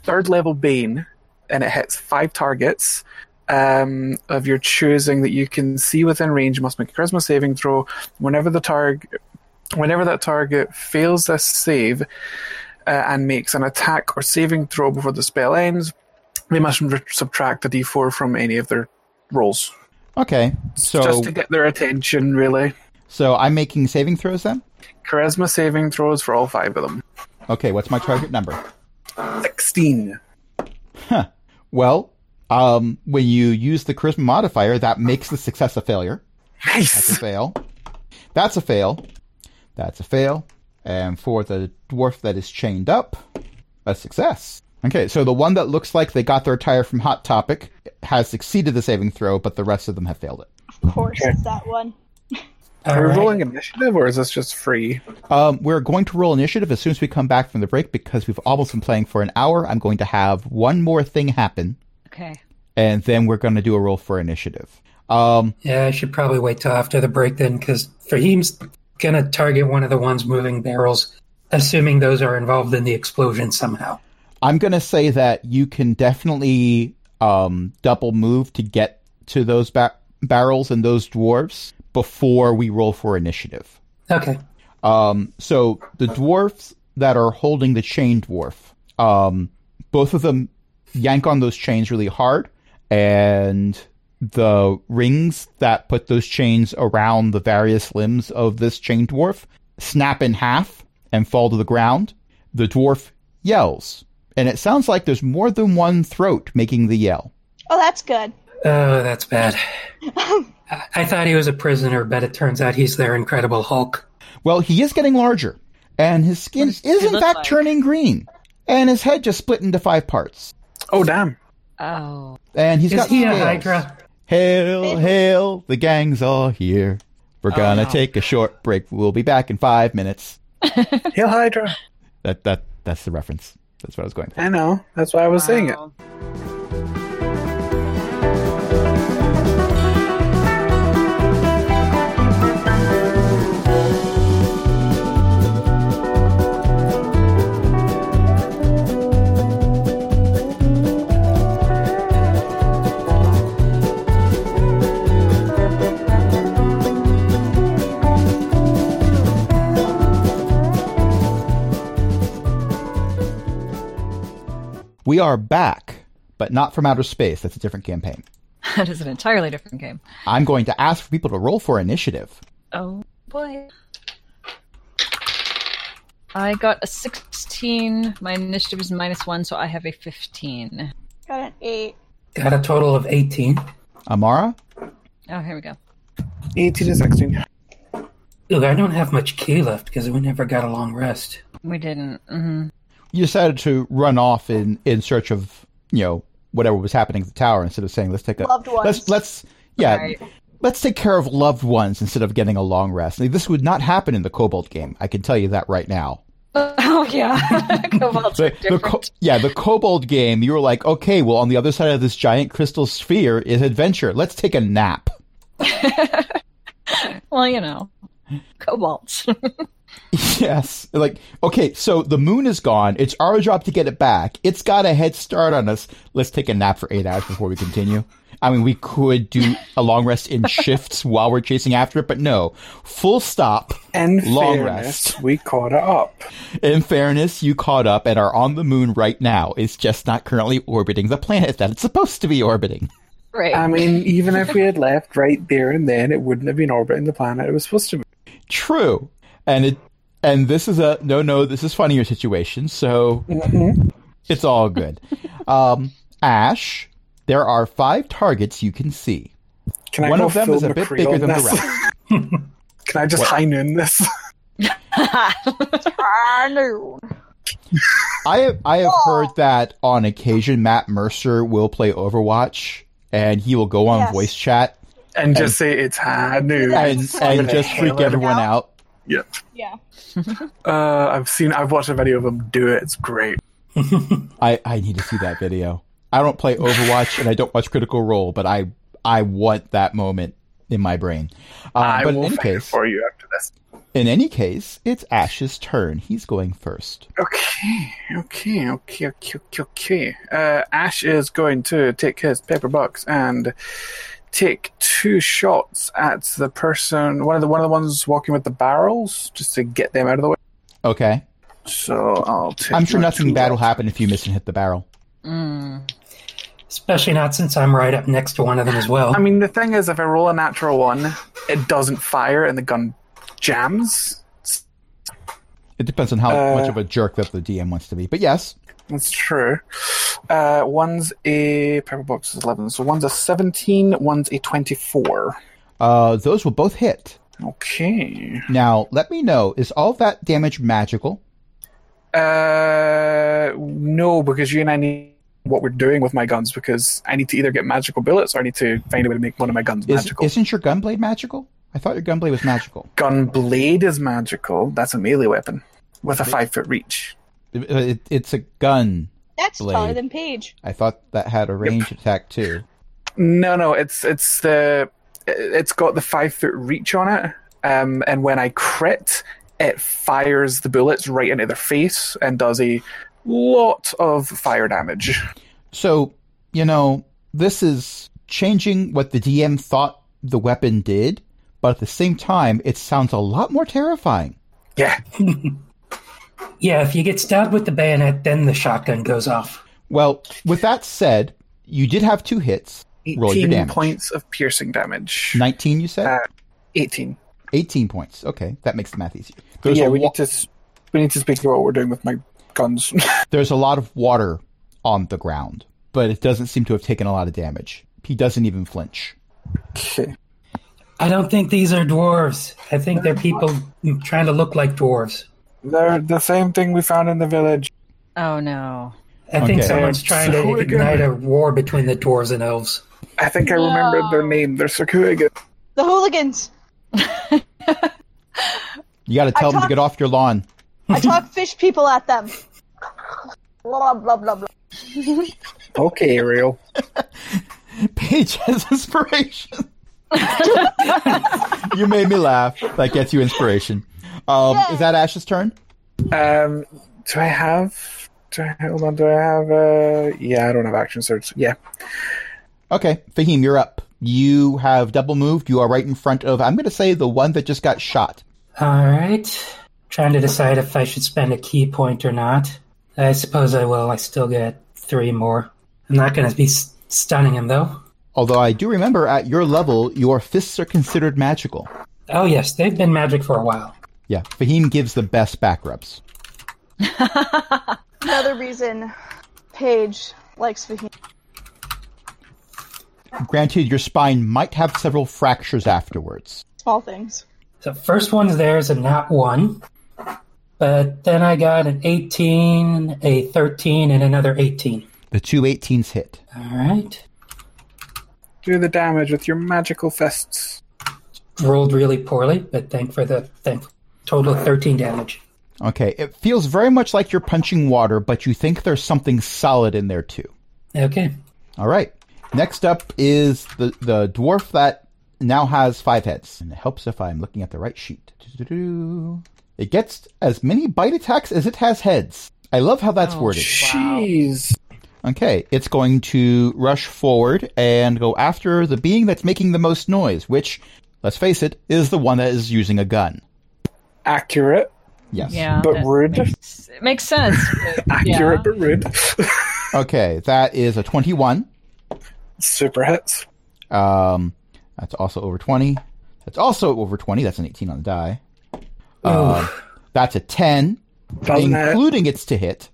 third level Bane, and it hits five targets um, of your choosing that you can see within range. You must make a charisma saving throw. Whenever the target Whenever that target fails this save uh, and makes an attack or saving throw before the spell ends, they must re- subtract the d4 from any of their rolls. Okay. So Just to get their attention, really. so I'm making saving throws then? Charisma saving throws for all five of them. Okay, what's my target number? 16. Well, um, when you use the charisma modifier, that makes the success a failure. That's a Nice! fail. That's a fail. That's a fail. And for the dwarf that is chained up, a success. Okay, so the one that looks like they got their tire from Hot Topic has succeeded the saving throw, but the rest of them have failed it. Of course, it's that one. All Are we right. rolling initiative or is this just free? Um, we're going to roll initiative as soon as we come back from the break because we've almost been playing for an hour. I'm going to have one more thing happen, Okay. and then we're going to do a roll for initiative. Um, Yeah, I should probably wait till after the break then, because Fahim's gonna target one of the ones moving barrels, assuming those are involved in the explosion somehow. I'm going to say that you can definitely um, double move to get to those ba- barrels and those dwarves before we roll for initiative. Okay. Um, so the dwarfs that are holding the chain dwarf, um, both of them yank on those chains really hard, and the rings that put those chains around the various limbs of this chain dwarf snap in half and fall to the ground. The dwarf yells, and it sounds like there's more than one throat making the yell. Oh, that's good. Oh, that's bad. [laughs] I I thought he was a prisoner, but it turns out he's their Incredible Hulk. Well, he is getting larger, and his skin does is he in look fact like? turning green, and his head just split into five parts. Oh, damn. Oh. [laughs] And he's Is got he a scales. Hydra? Hail, hail, the gang's all here. We're gonna Oh. take a short break. We'll be back in five minutes. Hail Hydra. That that that's the reference. That's what I was going for. I know. That's why I was saying it. Wow. We are back, but not from outer space. That's a different campaign. That is an entirely different game. I'm going to ask for people to roll for initiative. Oh boy. I got a 16. My initiative is minus one, so I have a 15. Got an eight. Got a total of 18. Amara, Oh, here we go. 18 to 16. Ooh, I don't have much key left because we never got a long rest. We didn't. mhm. you decided to run off in in search of you know whatever was happening at the tower instead of saying let's take a Loved ones. let's let's yeah Right. let's take care of loved ones instead of getting a long rest. Now, this would not happen in the Cobalt game. I can tell you that right now. [laughs] Oh yeah, [laughs] Cobalt's The, the different. co- yeah, the Kobold game, you were like, okay, well, on the other side of this giant crystal sphere is adventure. Let's take a nap. well, you know, Cobalt. yes. Like, okay, so the moon is gone. It's our job to get it back. It's got a head start on us. Let's take a nap for eight hours before we continue. I mean, we could do a long rest in shifts while we're chasing after it, but no. Full stop. And Long fairness, rest. we caught up. In fairness, you caught up and are on the moon right now. It's just not currently orbiting the planet that it's supposed to be orbiting. [laughs] right. [laughs] I mean, even if we had left right there and then, it wouldn't have been orbiting the planet it was supposed to be. True. And it and this is a no no, this is funnier situation, so it's all good. um Ash, there are five targets you can see. Can I One go of them Phil is a bit McCreel bigger than the this? rest. [laughs] Can I just high noon this? [laughs] Ah, no. I have I have heard that on occasion Matt Mercer will play Overwatch and he will go on Yes. voice chat and just say it's high noon. and, and just freak everyone out. Yep. Yeah. Uh, I've seen. I've watched a video of him do it. It's great. I, I need to see that video. I don't play Overwatch and I don't watch Critical Role, but I I want that moment in my brain. Uh, I but in will any find it case, for you after this. in any case, it's Ash's turn. He's going first. Okay, okay, okay, okay, okay, okay. Uh, Ash is going to take his paper box and take two shots at the person, one of the one of the ones walking with the barrels, just to get them out of the way. Okay, So I'll take. I'm sure my nothing two bad will rolls. happen if you miss and hit the barrel. Mm. Especially not since I'm right up next to one of them as well. I mean, the thing is, if I roll a natural one, it doesn't fire and the gun jams. It depends on how Uh, much of a jerk that the DM wants to be. But yes, That's true. Uh, one's a paper box is eleven, so one's a seventeen, one's a twenty-four. uh, those will both hit. Okay. Now, let me know: is all that damage magical? Uh, no, because you and I need what we're doing with my guns because I need to either get magical bullets or I need to find a way to make one of my guns Is, magical. Isn't your gunblade magical? I thought your gunblade was magical. Gun blade is magical. That's a melee weapon with a five foot reach. It- it- it's a gun. That's taller Blade. than Paige. I thought that had a ranged attack too. No, no, it's it's the it's got the five foot reach on it, um, and when I crit, it fires the bullets right into their face and does a lot of fire damage. So, you know, this is changing what the DM thought the weapon did, but at the same time, it sounds a lot more terrifying. Yeah. Yeah, if you get stabbed with the bayonet, then the shotgun goes off. Well, with that said, you did have two hits. Roll your 18 damage. points of piercing damage. 19, you said? Uh, 18. 18 points. Okay, that makes the math easier. But There's, yeah, a, we lo- need to s- we need to speak about what we're doing with my guns. [laughs] there's a lot of water on the ground, but it doesn't seem to have taken a lot of damage. He doesn't even flinch. okay. I don't think these are dwarves. I think they're people trying to look like dwarves. They're the same thing we found in the village. Oh no. I think Okay. someone's trying to Sorry, ignite a war between the dwarves and elves. I think I remembered their name. They're Sakuiga. The hooligans. You got to tell him to talked- get off your lawn. I talk fish people at them. Blah blah blah blah. Okay, Ariel. Paige [laughs] has inspiration. [laughs] you made me laugh. That gets you inspiration. Um, Is that Ash's turn? Um, do I have? Do I hold on? Do I have? Uh, yeah, I don't have action search. Yeah, Okay, Fahim, you're up. You have double moved. You are right in front of, I'm going to say, the one that just got shot. All right. Trying to decide if I should spend a key point or not. I suppose I will. I still get three more. I'm not going to be s- stunning him, though. Although I do remember at your level, your fists are considered magical. Oh, yes, they've been magic for a while. Yeah, Fahim gives the best back rubs. Another reason Paige likes Fahim. Granted, your spine might have several fractures afterwards. Small things. So first one's theirs and not one. But then I got an 18, a 13, and another 18. The two 18s hit. All right. do the damage with your magical fists. Rolled really poorly, but thank for the thank. Total of 13 damage. Okay, it feels very much like you're punching water, but you think there's something solid in there too. Okay. All right. Next up is the, the dwarf that now has five heads. And it helps if I'm looking at the right sheet. Doo-doo-doo. It gets as many bite attacks as it has heads. I love how that's worded. Jeez. Okay, it's going to rush forward and go after the being that's making the most noise, which, let's face it, is the one that is using a gun. Accurate Yes. Yeah. but that rude. makes- It makes sense. but- [laughs] Accurate yeah. but rude. [laughs] Okay, that is a 21. Super hits. Um, that's also over 20. That's also over 20. That's an 18 on the die. Um, that's a 10, Doesn't hit. including its to hit,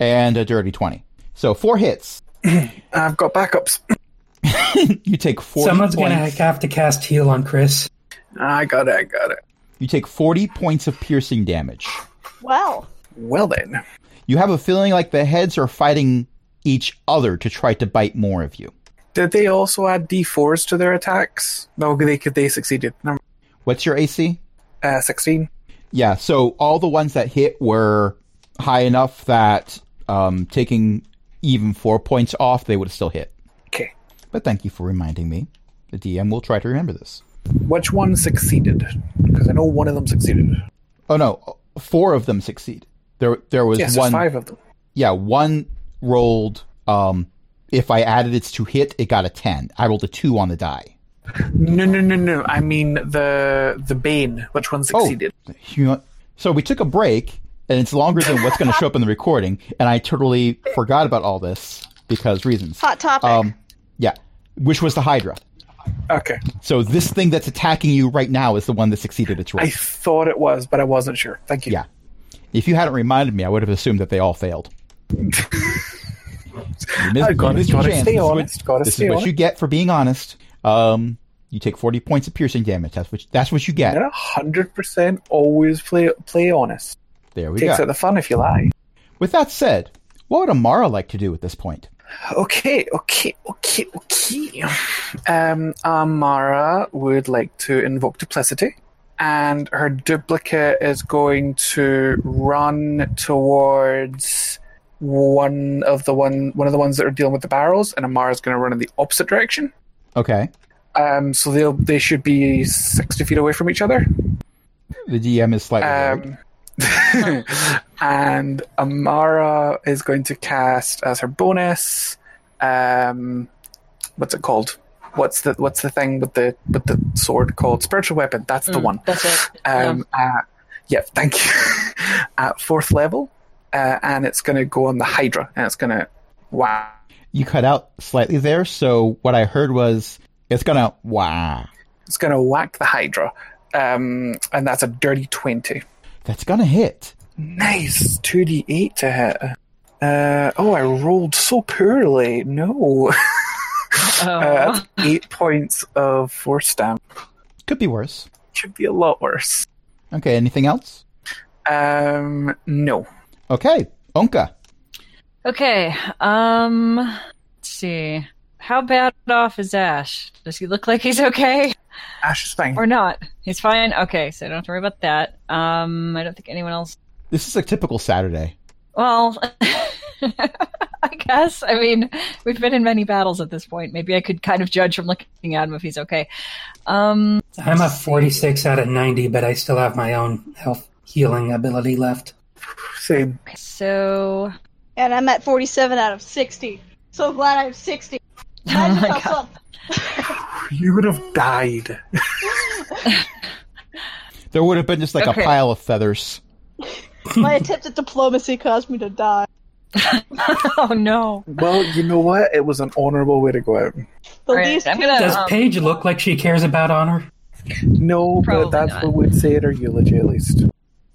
and a dirty 20. So four hits. I've got backups. [laughs] You take 40 Someone's going points. to have to cast heal on Chris. I got it. I got it. You take 40 points of piercing damage. Wow. Well then. You have a feeling like the heads are fighting each other to try to bite more of you. Did they also add d4s to their attacks? No, they could. They succeeded. Number What's your AC? uh, sixteen. Yeah, so all the ones that hit were high enough that um, taking even four points off, they would have still hit. Okay. But thank you for reminding me. The DM will try to remember this. Which one succeeded? Because I know one of them succeeded. Oh no, four of them succeed. There, there was Yes, there's one. five of them. Yeah, one rolled. Um, if I added its to hit, it got a ten. I rolled a two on the die. No, no, no, no. I mean the the bane. Which Oh. one succeeded? You know- So we took a break, and it's longer than what's going to show up in the recording. And I totally forgot about all this because reasons. Hot topic. Um, yeah, which was the Hydra. Okay, So this thing that's attacking you right now is the one that succeeded its roll. I thought it was, but I wasn't sure. Thank you. Yeah. If you hadn't reminded me, I would have assumed that they all [laughs] failed. You missed- I you gotta, missed your gotta chance. stay This is what- honest. Gotta This stay is what honest. you get for being honest. Um, you take forty points of piercing damage. That's what that's what you get. And a hundred percent always play play honest. There we Takes go. out the fun if you lie. With that said, what would Amara like to do at this point? Okay, okay, okay, okay. Um, Amara would like to invoke duplicity, and her duplicate is going to run towards one of the one one of the ones that are dealing with the barrels, and Amara's going to run in the opposite direction. Okay. Um, so they'll they should be sixty feet away from each other. The DM is slightly worried. Um, [laughs] and Amara is going to cast as her bonus. Um, what's it called? what's the what's the thing with the with the sword called spiritual weapon? That's the Mm, one. That's it. Um, uh, yeah, thank you. [laughs] At fourth level, uh, and it's going to go on the Hydra, and it's going to wow. You cut out slightly there, so what I heard was it's gonna wow. It's going to whack the Hydra, um, and that's a dirty twenty. That's gonna hit. Nice, two d eight to hit. Uh, oh, I rolled so poorly. No, [laughs] Oh. [laughs] uh, that's eight points of force damage. Could be worse. Could be a lot worse. Okay, anything else? Um, no. Okay, Onka. Okay. Um. Let's see. How bad off is Ash? Does he look like he's okay Ash is fine. or not? He's fine. Okay, so I don't have to worry about that. Um. I don't think anyone else. This is a typical Saturday. Well. [laughs] I guess. I mean, we've been in many battles at this point. Maybe I could kind of judge from looking at him if he's okay. Um. I'm a 46 out of 90, but I still have my own health healing ability left. Same. So. [laughs] And I'm at 47 out of 60. So glad I'm 60. [laughs] Oh Imagine my how God. fun- You would have died. There would have been just like Okay. a pile of feathers. My attempt at diplomacy caused me to die. oh no. Well, you know what? It was an honorable way to go out. The All right, least I'm gonna- Does Um, Paige look like she cares about honor? No, Probably but that's not. what we'd say at our eulogy, at least.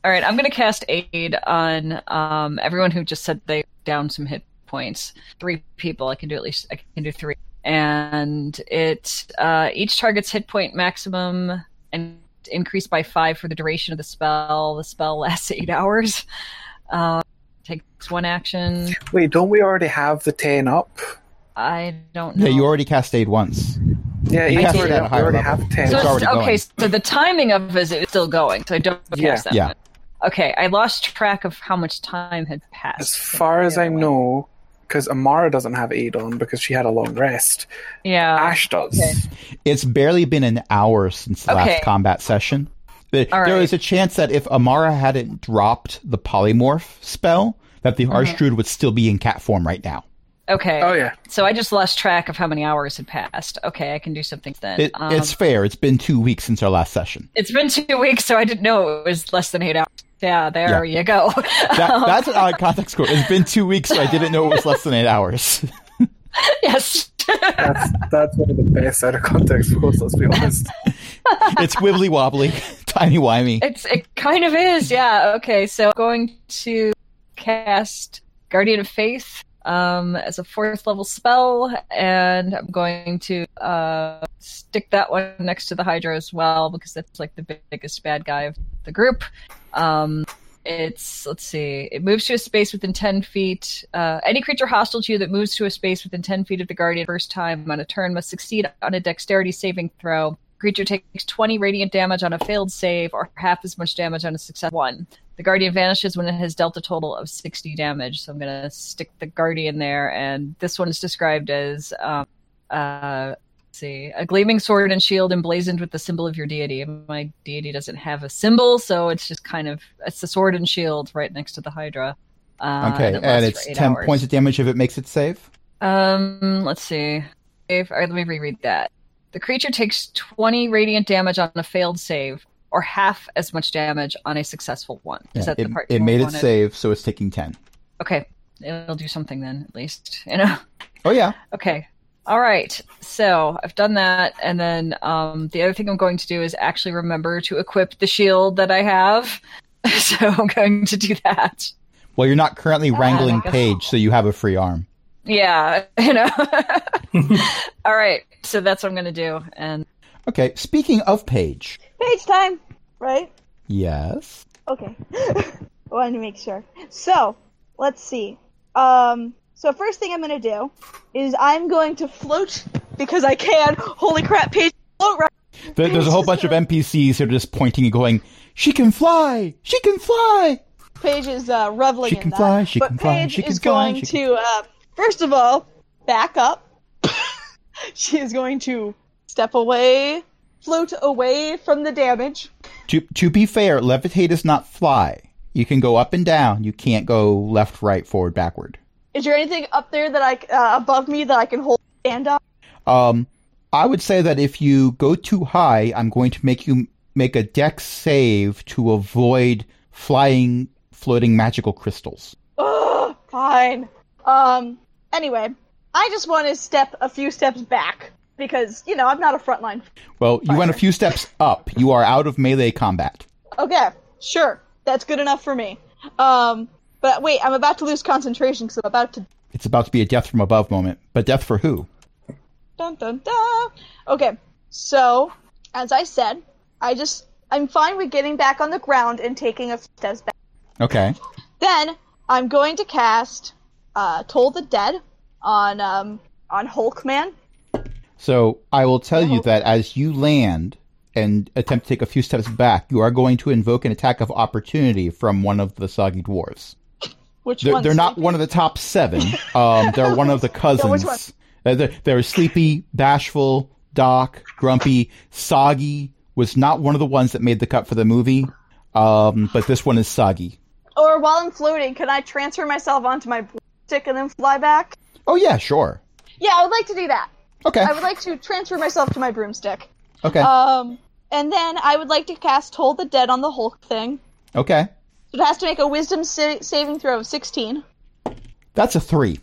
All right, I'm going to cast aid on um, everyone who just said they down some hit points. Three people, I can do at least I can do three, and it uh, each target's hit point maximum and increased by five for the duration of the spell. The spell lasts eight hours. Uh, takes one action. Wait, don't we already have the 10 up? I don't know. Yeah, you already cast aid once. Yeah, You it's cast it already at a up. We higher already level. have 10. so it's it's- already going. okay, so the timing of it is it's still going, so I don't cast Yeah. that. Yeah. one. Okay, I lost track of how much time had passed. as far as I know, because Amara doesn't have 8 on because she had a long rest, yeah. Ash does. It's barely been an hour since the Okay. last combat session. There All there right. is a chance that if Amara hadn't dropped the polymorph spell, that the Mm-hmm. Archdruid would still be in cat form right now. Okay. Oh, yeah. So I just lost track of how many hours had passed. Okay, I can do something then. It, Um, it's fair. It's been two weeks since our last session. it's been two weeks, so I didn't know it was less than eight hours. Yeah, there you go. [laughs] That, that's an odd context score. It's been two weeks, so I didn't know it was less than eight hours. [laughs] yes. That's, that's one of the best out of context quotes, let's be [laughs] honest. It's wibbly wobbly, [laughs] tiny wimey. It's it kind of is. Yeah. Okay. So I'm going to cast Guardian of Faith um, as a fourth level spell, and I'm going to uh, stick that one next to the Hydra as well because that's like the biggest bad guy of the group. Um, it's let's see. It moves to a space within ten feet. Uh, any creature hostile to you that moves to a space within ten feet of the guardian first time on a turn must succeed on a dexterity saving throw. Creature takes twenty radiant damage on a failed save, or half as much damage on a success one. The guardian vanishes when it has dealt a total of sixty damage. So I'm gonna stick the guardian there, and this one is described as. Um, uh, let's see a gleaming sword and shield emblazoned with the symbol of your deity And my deity doesn't have a symbol so it's just kind of it's the sword and shield right next to the hydra uh, okay, it and lasts it's for eight 10 hours. points of damage if it makes it save. Um, let's see. If, all right, let me reread that. The creature takes 20 radiant damage on a failed save, or half as much damage on a successful one. Is Yeah, that it, the part? it you made it wanted? save, so it's taking 10. Okay, it'll do something then, at least. You know. [laughs] Oh, yeah. Okay. All right. So I've done that, and then um, the other thing I'm going to do is actually remember to equip the shield that I have. [laughs] so I'm going to do that. Well, you're not currently wrangling God. Paige, so you have a free arm. Yeah. [laughs] You know. all right. So that's what I'm going to do, and Okay, speaking of Paige. Page time, right? Yes. Okay. [laughs] Wanted to make sure. So, let's see. Um, so first thing I'm gonna do is I'm going to float because I can. Holy crap, Paige, float right. There, there's a whole bunch of NPCs who are just pointing and going, She can fly! She can fly! Paige is uh, reveling She in can that. fly, she but can fly, Paige she can is fly, going she can- to uh, first of all back up. [coughs] she is going to step away, float away from the damage. To, to be fair, levitate is not fly. You can go up and down, you can't go left, right, forward, backward. Is there anything up there that I c- uh, above me that I can hold stand up? Um, I would say that if you go too high, I'm going to make you make a dex save to avoid flying, floating magical crystals. Ugh, fine. Um. Anyway, I just want to step a few steps back because you know I'm not a frontline. Well, you went a few steps up. You are out of melee combat. Okay, sure, that's good enough for me. Um. But wait, I'm about to lose concentration because I'm about to It's about to be a death from above moment, but death for who? Dun dun dun. Okay, so as I said, I just I'm fine with getting back on the ground and taking a few steps back. Okay. Then I'm going to cast uh, Toll the Dead on um, on Hulkman. So I will tell you that as you land and attempt to take a few steps back, you are going to invoke an attack of opportunity from one of the Soggy Dwarves. Which They're, one's they're not sleeping? one of the top seven. Um, they're one of the which cousins. Uh, There there was Sleepy, Bashful, Doc, Grumpy. Soggy was not one of the ones that made the cut for the movie, um, but this one is Soggy. Or while I'm floating, can I transfer myself onto my stick and then fly back? Oh, yeah, sure. Yeah, I would like to do that. Okay. I would like to transfer myself to my broomstick. Okay. Um, and then I would like to cast Toll the Dead on the Hulk thing. okay. So it has to make a Wisdom sa- saving throw of 16. That's a three.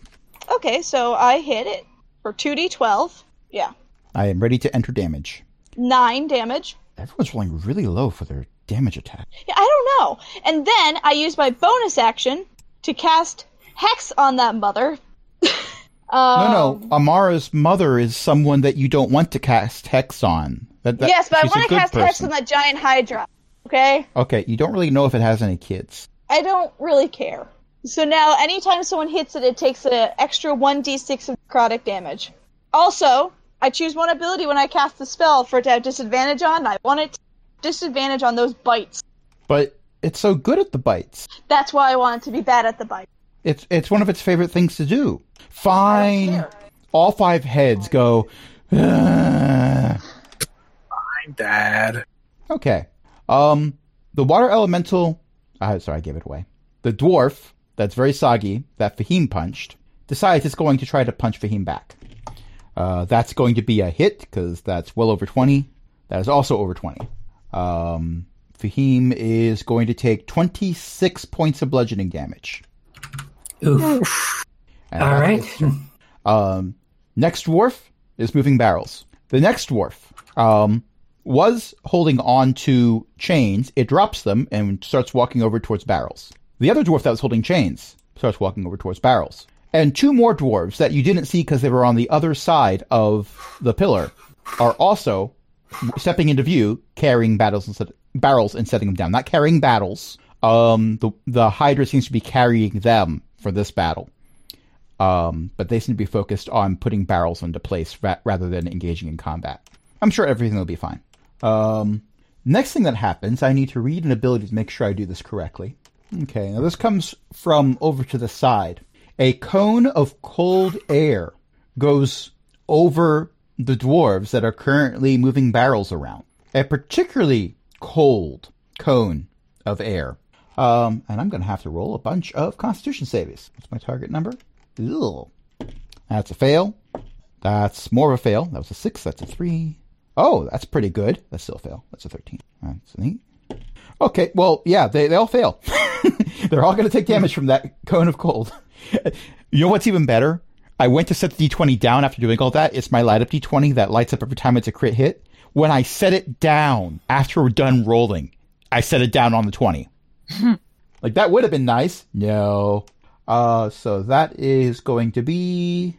Okay, so I hit it for 2d12. Yeah. I am ready to enter damage. Nine damage. Everyone's rolling really low for their damage attack. Yeah, I don't know. And then I use my bonus action to cast Hex on that mother. [laughs] No, um, no. Amara's mother is someone that you don't want to cast hex on. That, that- yes, but I she's a want to good cast Hex person. on that giant Hydra. Okay? Okay, you don't really know if it has any kids. I don't really care. So now, anytime someone hits it, it takes an extra 1d6 of necrotic damage. Also, I choose one ability when I cast the spell for it to have disadvantage on, and I want it to disadvantage on those bites. But it's so good at the bites. That's why I want it to be bad at the bite. It's it's one of its favorite things to do. Fine. care. All five heads go. "Ugh." I'm dead. Okay. Um, the water elemental. Uh, sorry, I gave it away. The dwarf that's very soggy that Fahim punched decides it's going to try to punch Fahim back. Uh, that's going to be a hit because that's well over twenty. That is also over twenty. Um, Fahim is going to take twenty-six points of bludgeoning damage. Oof. And All that's [laughs] right. um, next dwarf is moving barrels. The next dwarf um, was holding on to chains. It drops them and starts walking over towards barrels. The other dwarf that was holding chains starts walking over towards barrels. And two more dwarves that you didn't see because they were on the other side of the pillar are also stepping into view, carrying battles instead barrels and setting them down. Not carrying battles. Um, the the Hydra seems to be carrying them for this battle um, but they seem to be focused on putting barrels into place ra- rather than engaging in combat. I'm sure everything will be fine. Um, next thing that happens, I need to read an ability to make sure I do this correctly. Okay, now this comes from over to the side. A cone of cold air goes over the dwarves that are currently moving barrels around. A particularly cold cone of air. Um, and I'm going to have to roll a bunch of Constitution savings. What's my target number? Ew. That's a fail. That's more of a fail. That was a six. That's a three. Oh, that's pretty good. That's still a fail. That's a 13. That's an eight. Okay, well, yeah, they, they all fail. [laughs] They're all going to take damage from that cone of cold. [laughs] you know what's even better? I went to set the d20 down after doing all that. It's my light up d20 that lights up every time it's a crit hit. When I set it down after we're done rolling, I set it down on the 20. like, that would have been nice. No. Uh, so that is going to be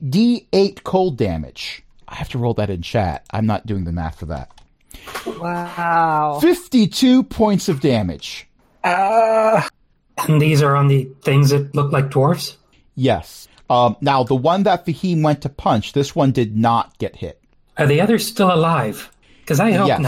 8d8 cold damage. I have to roll that in chat. I'm not doing the math for that. Wow. 52 points of damage. Uh, And these are on the things that look like dwarfs. Yes. Um, now, the one that Fahim went to punch, this one did not get hit. Are the others still alive? Because I hope Yes.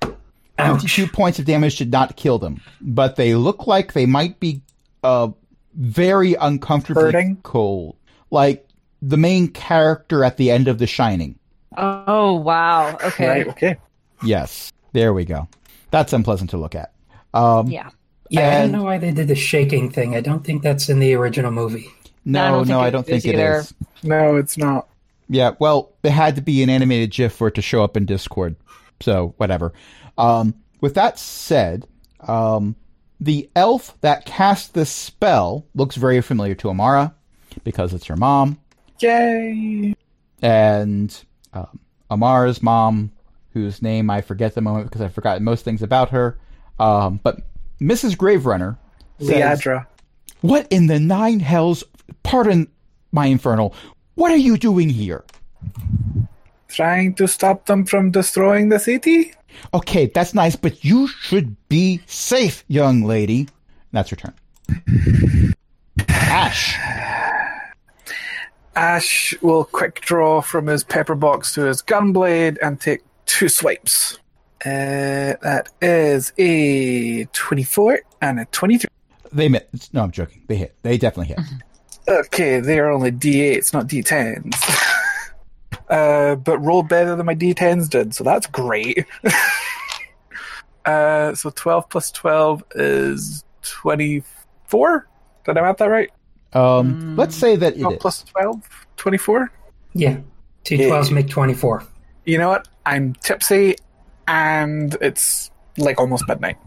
not. Ouch. 52 points of damage did not kill them, but they look like they might be uh, very uncomfortably Hurting? cold. Like the main character at the end of The Shining. Oh wow. Okay. right. Okay. Yes. There we go. That's unpleasant to look at. Um, Yeah. Yeah, I don't and- know why they did the shaking thing. I don't think that's in the original movie. No, I no, don't think I it is don't think it either. is. No, it's not. Yeah, well, it had to be an animated GIF for it to show up in Discord. So, whatever. Um, with that said, um, the elf that cast this spell looks very familiar to Amara because it's her mom. Yay! And um, Amara's mom, whose name I forget at the moment because I've forgotten most things about her, um, but Mrs. Graverunner says, Leandra. What in the nine hells? Pardon my infernal. What are you doing here? Trying to stop them from destroying the city? Okay, that's nice, but you should be safe, young lady. That's your turn. Ash. Ash will quick draw from his pepper box to his gun blade and take two swipes. Uh, that is a 24 and a 23. They miss. No, I'm joking. They hit. They definitely hit. Okay, they are only d8s, not d10s. [laughs] uh, but rolled better than my d10s did, so that's great. [laughs] uh, so 12 plus 12 is 24? Did I map that right? Um, let's say that it 12 is. plus 12? 24? Yeah. Two Yeah. 12s make 24. you know what? I'm tipsy, and it's like almost midnight. [laughs]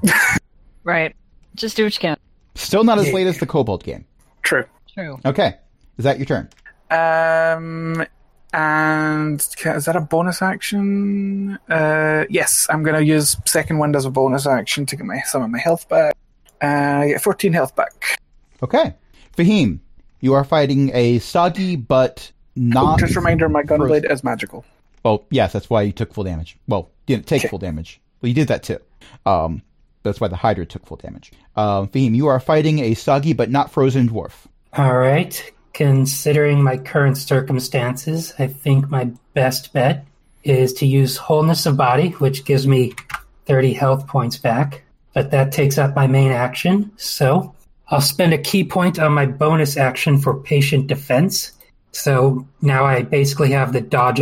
Right. Just do what you can. Still not as Yeah. late as the Kobold game. True. True. Okay. Is that your turn? Um, and ca is that a bonus action? Uh, yes, I'm gonna use second wind as a bonus action to get my some of my health back. Uh, I get 14 health back. Okay. Fahim, you are fighting a soggy but not. Just a reminder, my frozen. gunblade is magical. Well, yes, that's why you took full damage. Well, you didn't take Okay. full damage. Well, you did that too. Um, that's why the Hydra took full damage. Um, Fahim, you are fighting a soggy but not frozen dwarf. All right. Considering my current circumstances, I think my best bet is to use Wholeness of Body, which gives me 30 health points back. But that takes up my main action. So I'll spend a key point on my bonus action for Patient Defense. So now I basically have the dodge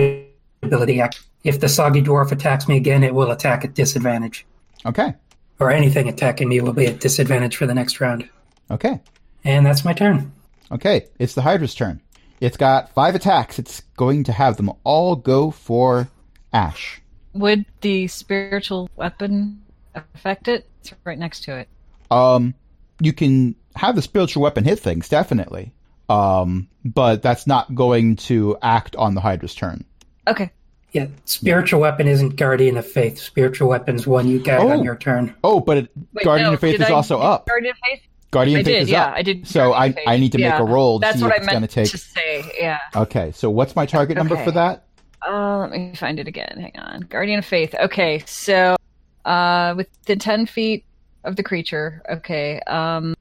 ability. act- If the Soggy Dwarf attacks me again, it will attack at disadvantage. Okay. Or anything attacking me will be at disadvantage for the next round. Okay. And that's my turn. Okay. It's the Hydra's turn. It's got five attacks. It's going to have them all go for Ash. Would the spiritual weapon affect it? It's right next to it. Um, you can have the spiritual weapon hit things, definitely. Um, but that's not going to act on the Hydra's turn. Okay. Yeah, spiritual weapon isn't guardian of faith. Spiritual weapon's one you get Oh. on your turn. Oh, but it, Wait, Guardian no, of Faith did is I also do up. Guardian of Faith. Guardian I of Faith did. is Yeah, up. I did. So Guardian of I, I Faith. need to make Yeah. a roll to That's see what if I it's meant going to take. to say. Yeah. Okay, so what's my target number for Okay. that? Uh, let me find it again. Hang on. Guardian of Faith. Okay, so uh, within ten feet of the creature. Okay. Um,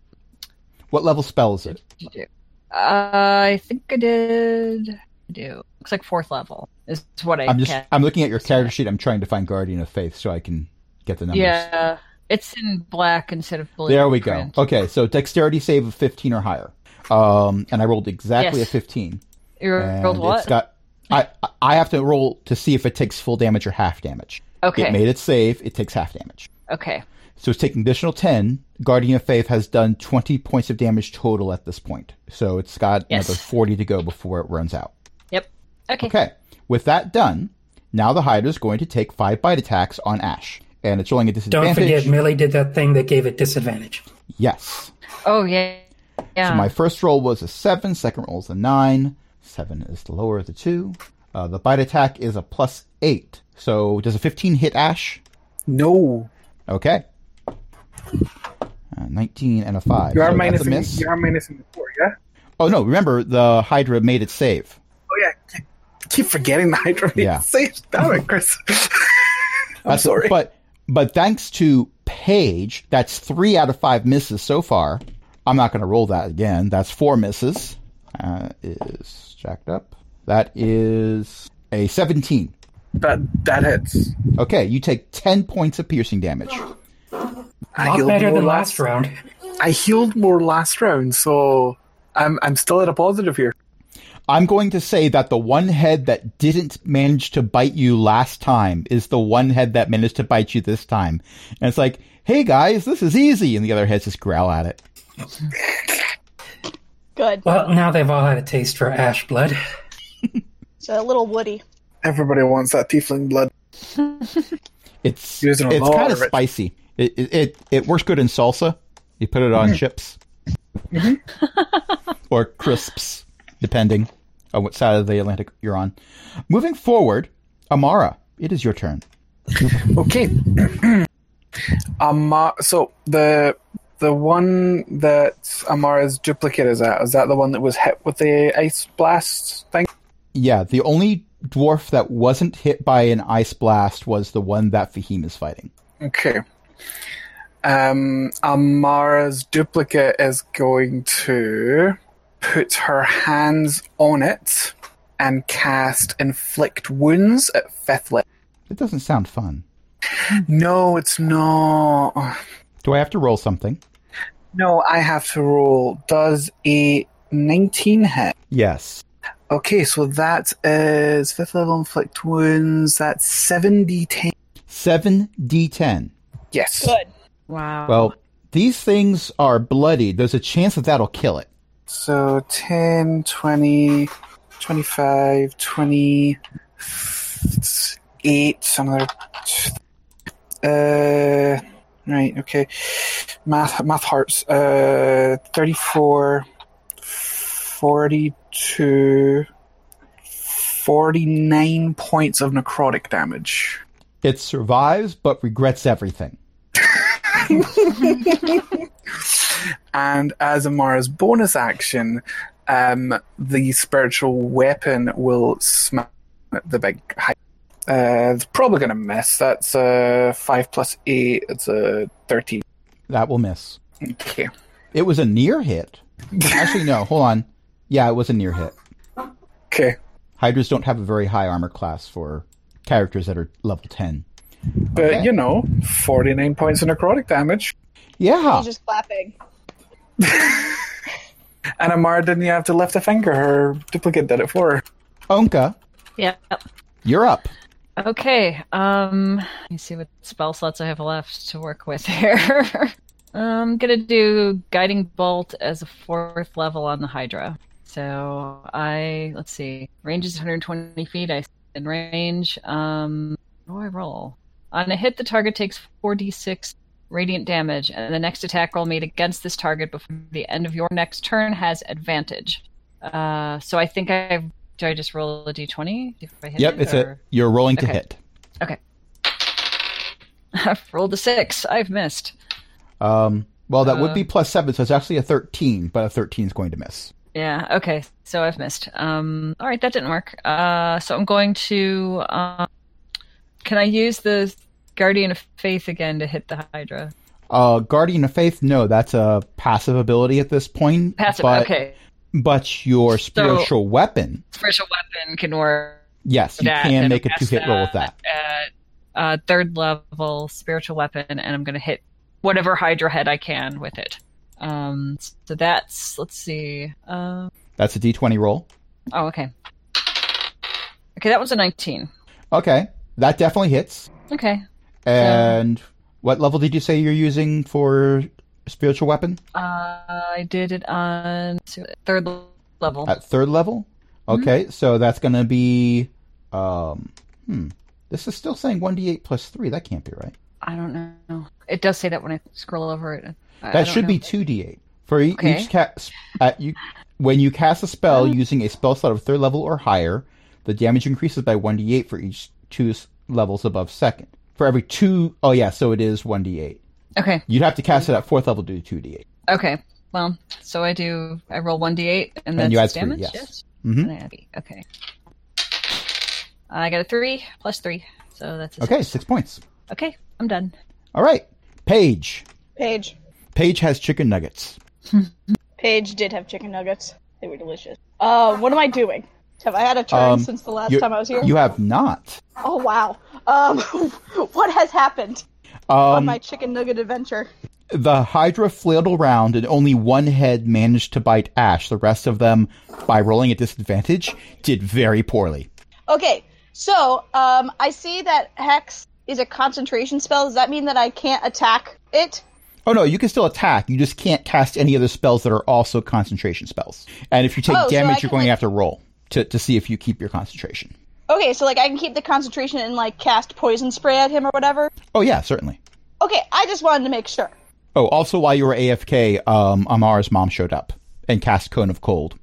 What level spell is it? what did you do? Uh, I think I did. Do looks like fourth level is what I. I'm just cast. I'm looking at your character sheet. I'm trying to find Guardian of Faith so I can get the numbers. Yeah, it's in black instead of blue. There we go. print. Okay, so dexterity save of 15 or higher. Um, and I rolled exactly Yes. a 15. You rolled and It's what? got. I I have to roll to see if it takes full damage or half damage. okay. It made it save. It takes half damage. okay. So it's taking additional 10. Guardian of Faith has done 20 points of damage total at this point. So it's got Yes. another 40 to go before it runs out. Yep. Okay. Okay. With that done, now the Hydra is going to take five bite attacks on Ash. And it's rolling at Don't disadvantage. forget, Millie did that thing that gave it disadvantage. Yes. Oh yeah. Yeah. So my first roll was a seven, second roll is a nine. Seven is the lower of the two. Uh, the bite attack is a plus eight. So does a 15 hit Ash? No, Okay. Uh, 19 and a 5. you are so that's minus. a miss. You are minus in the four. Yeah. Oh, no. Remember, the Hydra made its save. Oh yeah. Keep- Keep forgetting the hydro. [laughs] Yeah. Save damn it, Chris. [laughs] I'm That's- sorry. But, but thanks to Paige, that's three out of five misses so far. I'm not going to roll that again. That's four misses. Uh, is jacked up. That is a 17. That that hits. Okay, you take 10 points of piercing damage. A lot healed better more than last round. I healed more last round, so I'm I'm still at a positive here. I'm going to say that the one head that didn't manage to bite you last time is the one head that managed to bite you this time. And it's like, hey guys, this is easy. And the other heads just growl at it. Good. Uh. Well, now they've all had a taste for ash blood. It's a little woody. Everybody wants that tiefling blood. It's You guys it's are all kind of rich. spicy. It, it it it works good in salsa. You put it on chips or crisps, depending on what side of the Atlantic you're on. Moving forward, Amara, it is your turn. Okay. [clears throat] Amar, so the the one that Amara's duplicate is at is that the one that was hit with the ice blast thing? Yeah, the only dwarf that wasn't hit by an ice blast was the one that Fahim is fighting. Okay. Um, Amara's duplicate is going to put her hands on it and cast inflict wounds at fifth level. It doesn't sound fun. No, it's not. Do I have to roll something? No, I have to roll. Does a 19 hit? Yes. Okay, so that is fifth level inflict wounds. That's seven d ten. Seven D ten. Yes. Good. Wow. Well, these things are bloody. There's a chance that that'll kill it. So 10, 20, 25, 28, another. t- Uh, right, okay. Math, math hearts. Uh, 34, 42, 49 points of necrotic damage. It survives but regrets everything. And as Amara's bonus action, um, the spiritual weapon will smack the big high. Uh, it's probably going to miss. That's a 5 plus 8. It's a 13. That will miss. Okay. It was a near hit. Actually, no. Hold on. Yeah, it was a near hit. Okay. Hydras don't have a very high armor class for characters that are level ten. But, you know, 49 points of necrotic damage. Yeah. He's just clapping. And Amara didn't even have to lift a finger. Her duplicate did it for her. Onka, yeah. you're up. Okay. Um, let me see what spell slots I have left to work with [laughs] here. I'm gonna do guiding bolt as a fourth level on the Hydra. So I let's see, range is 120 feet. I in range. Um, what do I roll? On a hit, the target takes 4d6 radiant damage, and the next attack roll made against this target before the end of your next turn has advantage. Uh, so I think I do. I just roll a d20 if I hit Yep, it, it's or... a you're rolling to Okay. hit. I've rolled a six. I've missed. Um, well, that would Uh, be plus seven, so it's actually a thirteen, but a thirteen is going to miss. Yeah. Okay. So I've missed. Um. All right. That didn't work. Uh. So I'm going to. Um, can I use the Guardian of Faith again to hit the Hydra? Uh, Guardian of Faith, no, that's a passive ability at this point. Passive. but, okay. But your spiritual weapon, Spiritual weapon can work. yes, you that, can then make a cast two hit roll with that. At, uh, third level spiritual weapon, and I'm going to hit whatever Hydra head I can with it. Um. So that's. Let's see. Uh, That's a d20 roll. oh. Okay. Okay. That was a 19. Okay, that definitely hits. Okay. And what level did you say you're using for spiritual weapon? I did it on third level. At third level? Mm-hmm. Okay, so that's going to be. Um, hmm. This is still saying 1d8 plus 3. That can't be right. I don't know. It does say that when I scroll over it. I- I That don't should know. be 2d8. For e- Okay. Mm-hmm. each cast. At you, when you cast a spell using a spell slot of third level or higher, the damage increases by 1d8 for each two s- levels above second. For every two oh yeah, so it is 1d8. Okay. You'd have to cast Mm-hmm. it at fourth level to do 2d8. Okay. Well, so I do. I roll one d8, and that's And you add three, damage. yes. And Mm-hmm. I add eight. Okay. I got a three plus three, so that's a Okay, Six. six points. Okay, I'm done. All right, Paige. Paige. Paige has chicken nuggets. Paige did have chicken nuggets. They were delicious. Uh, what am I doing? Have I had a turn Um, since the last you- time I was here? You have not. Oh wow. Um, [laughs] what has happened on Um, my chicken nugget adventure? the Hydra flailed around, and only one head managed to bite Ash. The rest of them, by rolling at disadvantage, did very poorly. Okay, so um, I see that hex is a concentration spell. Does that mean that I can't attack it? Oh no, you can still attack. You just can't cast any other spells that are also concentration spells. And if you take Oh, so I damage, can, you're going to like- have to roll. to, to see if you keep your concentration. Okay, so like I can keep the concentration and like cast poison spray at him or whatever. Oh, yeah, certainly. Okay, I just wanted to make sure. Oh, also, while you were AFK, um, Amara's mom showed up and cast Cone of Cold.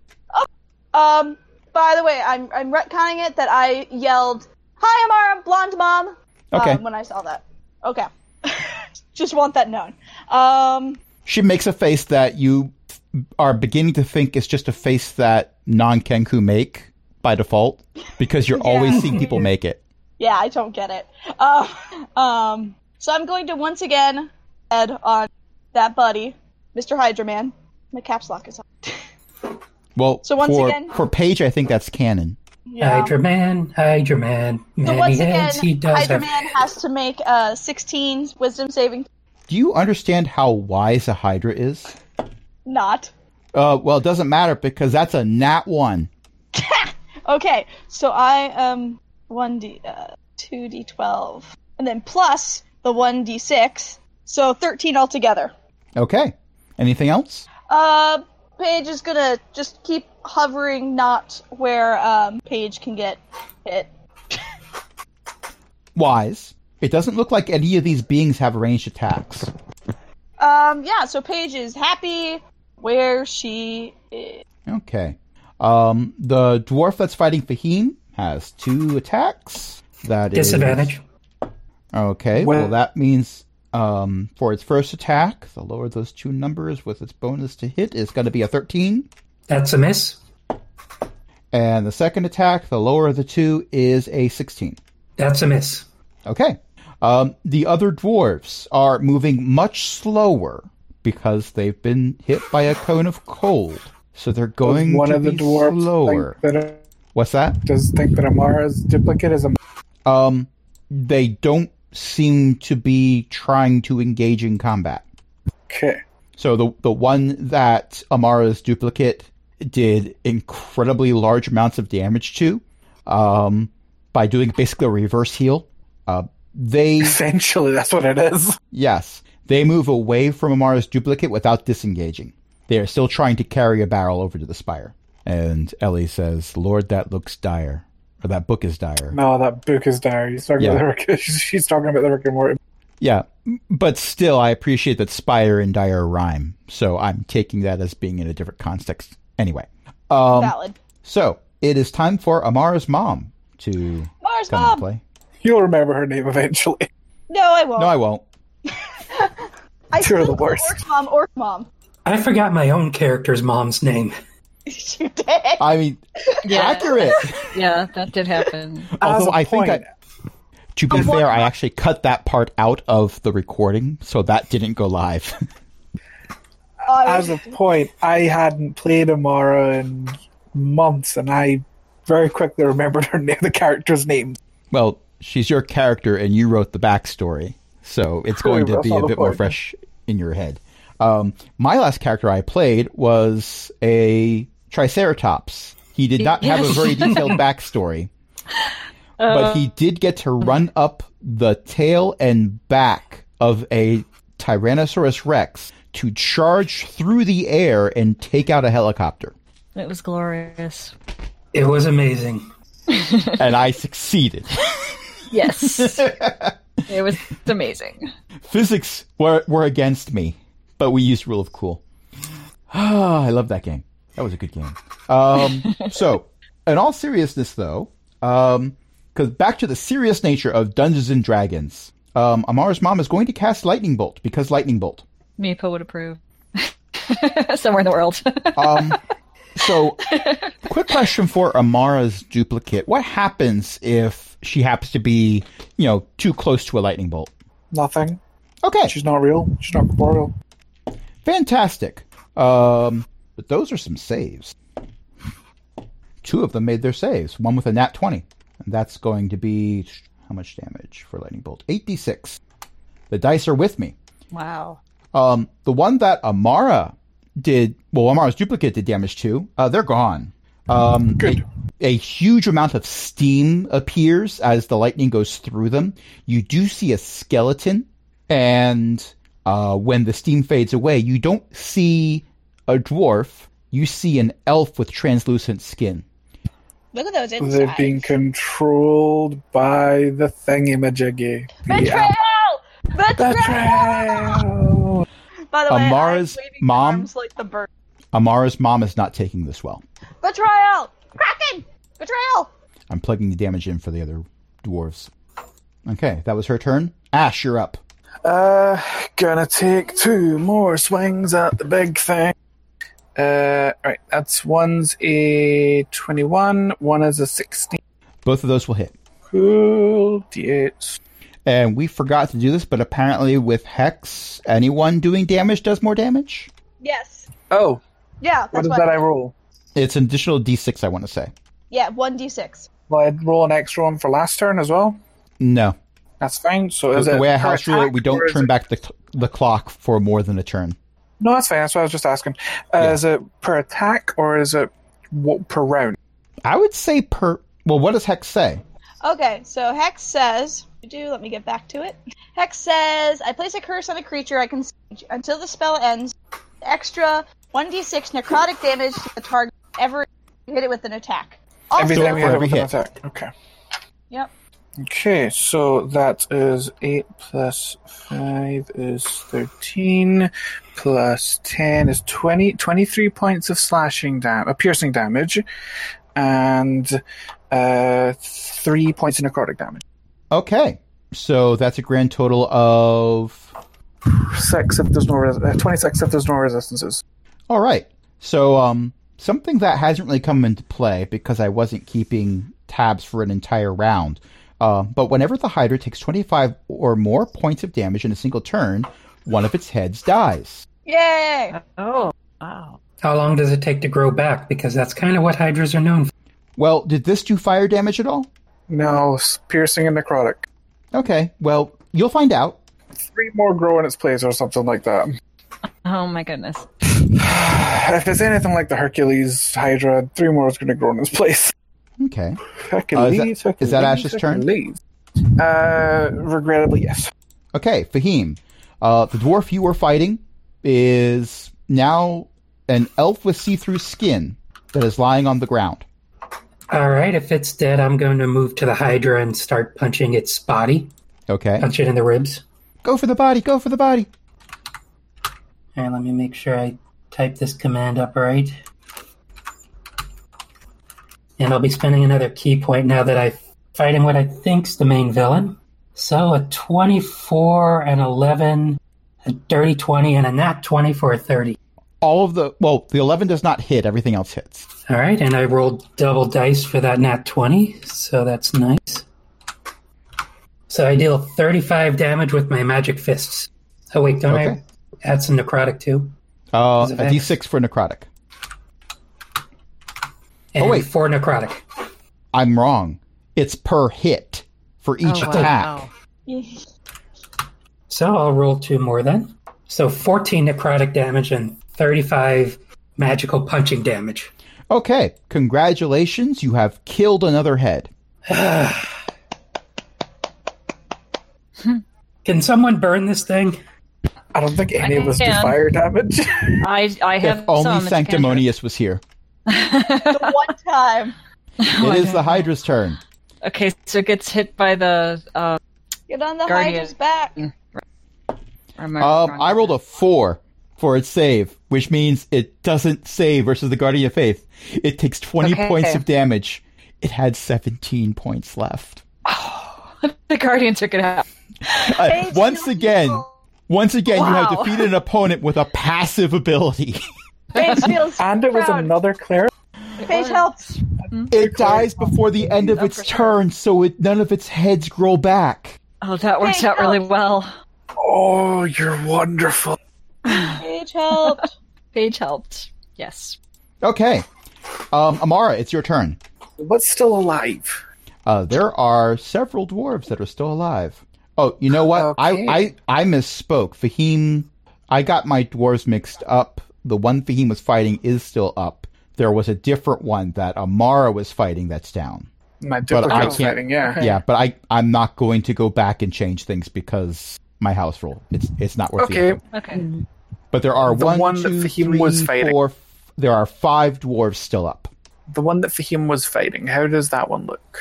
Um, by the way, I'm I'm retconning it that I yelled, "Hi, Amara, blonde mom." Okay. Um, when I saw that. Okay. [laughs] Just want that known. Um, She makes a face that you are beginning to think is just a face that non Kenku make by default because [laughs] you're always seeing people make it. yeah, I don't get it. Um, [laughs] um, so I'm going to once again add on that buddy, Mr. Hydra Man. My caps lock is on. Well, So once for, again- for Paige, I think that's canon. Yeah. Hydra Man, Hydra Man, So many once again, heads he does Hydra have. Man has to make uh, 16 wisdom saving. Do you understand how wise a Hydra is? Not. Uh, well, it doesn't matter because that's a nat one. Okay, so I um 1d uh, 2d12 and then plus the 1d6, so 13 altogether. Okay. Anything else? Uh Paige is going to just keep hovering not where um Paige can get hit. Wise. It doesn't look like any of these beings have ranged attacks. Um yeah, so Paige is happy where she is. Okay. Um, the dwarf that's fighting Fahim has two attacks. That is Disadvantage. Okay. Well- well, that means um, for its first attack, the lower of those two numbers with its bonus to hit is going to be a 13. That's a miss. And the second attack, the lower of the two, is a 16. That's a miss. Okay. Um, the other dwarves are moving much slower because they've been hit by a cone of cold. So they're going one to of the be dwarves slower. think that, What's that? does think that Amara's duplicate is a Um, they don't seem to be trying to engage in combat. okay. So the the one that Amara's duplicate did incredibly large amounts of damage to, um, by doing basically a reverse heal. Uh, they Essentially, that's what it is. yes, they move away from Amara's duplicate without disengaging. They are still trying to carry a barrel over to the spire. And Ellie says, "Lord, that looks dire, or that book is dire." No, that book is diary. He's talking Yeah. about the Rick, [laughs] she's, she's talking about the Rick and Morty. Yeah, m- but still, I appreciate that spire and dire rhyme, so I'm taking that as being in a different context. Anyway, um, Valid. so it is time for Amara's mom to Mars come Mom! and play. You'll remember her name eventually. [laughs] No, I won't. No, I won't. I You're still the call worst. Orc Mom, Orc Mom. [laughs] I forgot my own character's mom's name. you did. [laughs] I mean, Yeah. [laughs] accurate. Yeah, that did happen. As Although a I think point. I, to be fair, I actually cut that part out of the recording, so that didn't go live. [laughs] I was- As a point, I hadn't played Amara in months, and I very quickly remembered her [laughs] name, the character's name. well, she's your character, and you wrote the backstory, so it's going to that's be not a the bit more point. fresh in your head. Um, my last character I played was a Triceratops. He did not have a Yes. very detailed backstory. but he did get to run up the tail and back of a Tyrannosaurus Rex to charge through the air and take out a helicopter. It was glorious. It was amazing. And I succeeded. [laughs] Yes. it was amazing. Physics were, were against me, but we used Rule of Cool. [sighs] Ah, I love that game. That was a good game. Um, so, in all seriousness, though, because back to the serious nature of Dungeons and Dragons, um, Amara's mom is going to cast Lightning Bolt because Lightning Bolt. Meepo would approve. [laughs] Somewhere in the world. [laughs] Um, so, quick question for Amara's duplicate: What happens if she happens to be, you know, too close to a lightning bolt? Nothing. Okay, She's not real. She's not corporeal. fantastic. Um, but those are some saves. Two of them made their saves. One with a nat twenty, and that's going to be how much damage for lightning bolt? Eight d six. The dice are with me. wow. Um, the one that Amara did, well, Amara's duplicate did damage to, uh, they're gone. Um, Good. A, a huge amount of steam appears as the lightning goes through them. You do see a skeleton, and uh, when the steam fades away, you don't see a dwarf. You see an elf with translucent skin. Look at those insides. They're being controlled by the thingamajiggy. Betrayal! Betrayal! Betrayal! By the way, Amara's I'm waving mom- arms like the bird. Amara's mom is not taking this well. Betrayal! Kraken! Betrayal! I'm plugging the damage in for the other dwarves. Okay, that was her turn. Ash, you're up. Uh, gonna take two more swings at the big thing. Uh, right, that's one's a 21, one is a 16. Both of those will hit. Cool. D8. And we forgot to do this, but apparently with Hex, anyone doing damage does more damage. Yes. Oh, Yeah, what that's is what. that I roll? It's an additional d6, I want to say. yeah, 1d6. Well, I'd roll an extra one for last turn as well. No. That's fine. So is the it way I per house rule it, attack, we don't or is turn it- back the, cl- the clock for more than a turn. No, that's fine. That's what I was just asking. Uh, Yeah. Is it per attack or is it what, per round? I would say per. Well, what does Hex say? Okay, so Hex says, you do, let me get back to it. Hex says, I place a curse on a creature I can siege. until the spell ends. Extra 1d6 necrotic damage to the target ever hit it with an attack. Every Also, time you hit it Oh, every with an hit. attack. Okay. yep. Okay, so that is 8 plus 5 is 13, plus 10 is 20, 23 points of slashing damage, uh, piercing damage, and uh, 3 points of necrotic damage. Okay. So that's a grand total of. 6 if there's no res- uh, 26 if there's no resistances. All right. So um, something that hasn't really come into play because I wasn't keeping tabs for an entire round. Uh, but whenever the Hydra takes 25 or more points of damage in a single turn, one of its heads dies. Yay! Oh, wow. How long does it take to grow back? Because that's kind of what hydras are known for. Well, did this do fire damage at all? No, s- piercing and necrotic. Okay. Well, you'll find out. 3 more grow in its place or something like that. [sighs] Oh my goodness. If it's anything like the Hercules Hydra, 3 more is going to grow in its place. Okay. Hercules, Uh, is that- is that Ash's turn? turn? Uh, regrettably, yes. Okay, Fahim. Uh, the dwarf you were fighting is now an elf with see through skin that is lying on the ground. All right, if it's dead, I'm going to move to the hydra and start punching its body. Okay. Punch it in the ribs. Go for the body, go for the body. And let me make sure I type this command up right. And I'll be spending another key point now that I'm fighting what I think's the main villain. So a 24, an 11, a dirty 20, and a nat 20 for a 30. All of the well, the eleven does not hit, everything else hits. All right, and I rolled double dice for that nat 20, so that's nice. So I deal 35 damage with my magic fists. Oh, wait, don't Okay. I add some necrotic too? Uh, Is it a X? D six for necrotic. And Oh, wait. four necrotic. I'm wrong. It's per hit for each Oh, attack. wow. So I'll roll two more then. So 14 necrotic damage and 35 magical punching damage. Oh. Okay, congratulations, you have killed another head. Can someone burn this thing? I don't think any of us do can. fire damage. [laughs] I I have If only some, it's Sanctimonious [laughs] was here. cantrip. The one time. Oh, it is the Hydra's turn. [laughs] okay, so it gets hit by the. Uh, Get on the Guardian. Hydra's back. am Um, wrong? I rolled a four for its save, which means it doesn't save versus the Guardian of Faith. It takes 20 Okay. points of damage. It had 17 points left. The guardian took it out. Uh, [laughs] once again, once again, you Wow. have defeated an opponent with a passive ability. Paige [laughs] feels and it was proud. another cleric. Paige helps. it dies before the end of its turn, so it, none of its heads grow back. Oh, that worked Hey, out really help. well. Oh, you're wonderful. Paige helped. Paige helped. Yes. Okay. Um, Amara, it's your turn. What's still alive? Uh, there are several dwarves that are still alive. Oh, you know what? Okay. I, I I misspoke. Fahim, I got my dwarves mixed up. The one Fahim was fighting is still up. There was a different one that Amara was fighting that's down. My I duplicate was can't- fighting, yeah. Yeah, but I I'm not going to go back and change things because my house rule. It's it's not worth the Okay, effort. Okay. But there are The one, one that two, Fahim three, was fighting. four- there are five dwarves still up. The one that Fahim was fighting, how does that one look?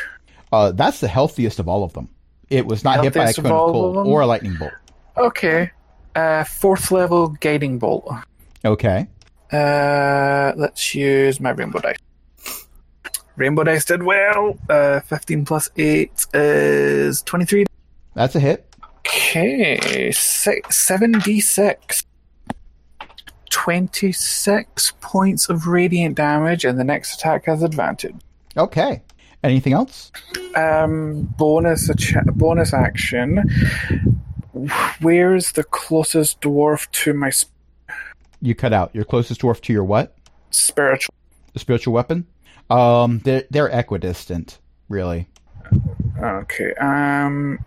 Uh, that's the healthiest of all of them. It was not hit by a Healthiest of cone of all cold of them? or a lightning bolt. Okay. Uh, fourth level guiding bolt. Okay. Uh, let's use my rainbow dice. Rainbow dice did well. Uh, 15 plus 8 is 23. That's a hit. Okay, six, 76. 26 points of radiant damage, and the next attack has advantage. Okay. Anything else? Um, bonus, a bonus action. Where is the closest dwarf to my sp- You cut out. Your closest dwarf to your what? spiritual? The spiritual weapon? Um, they're, they're equidistant, really. Okay. Um,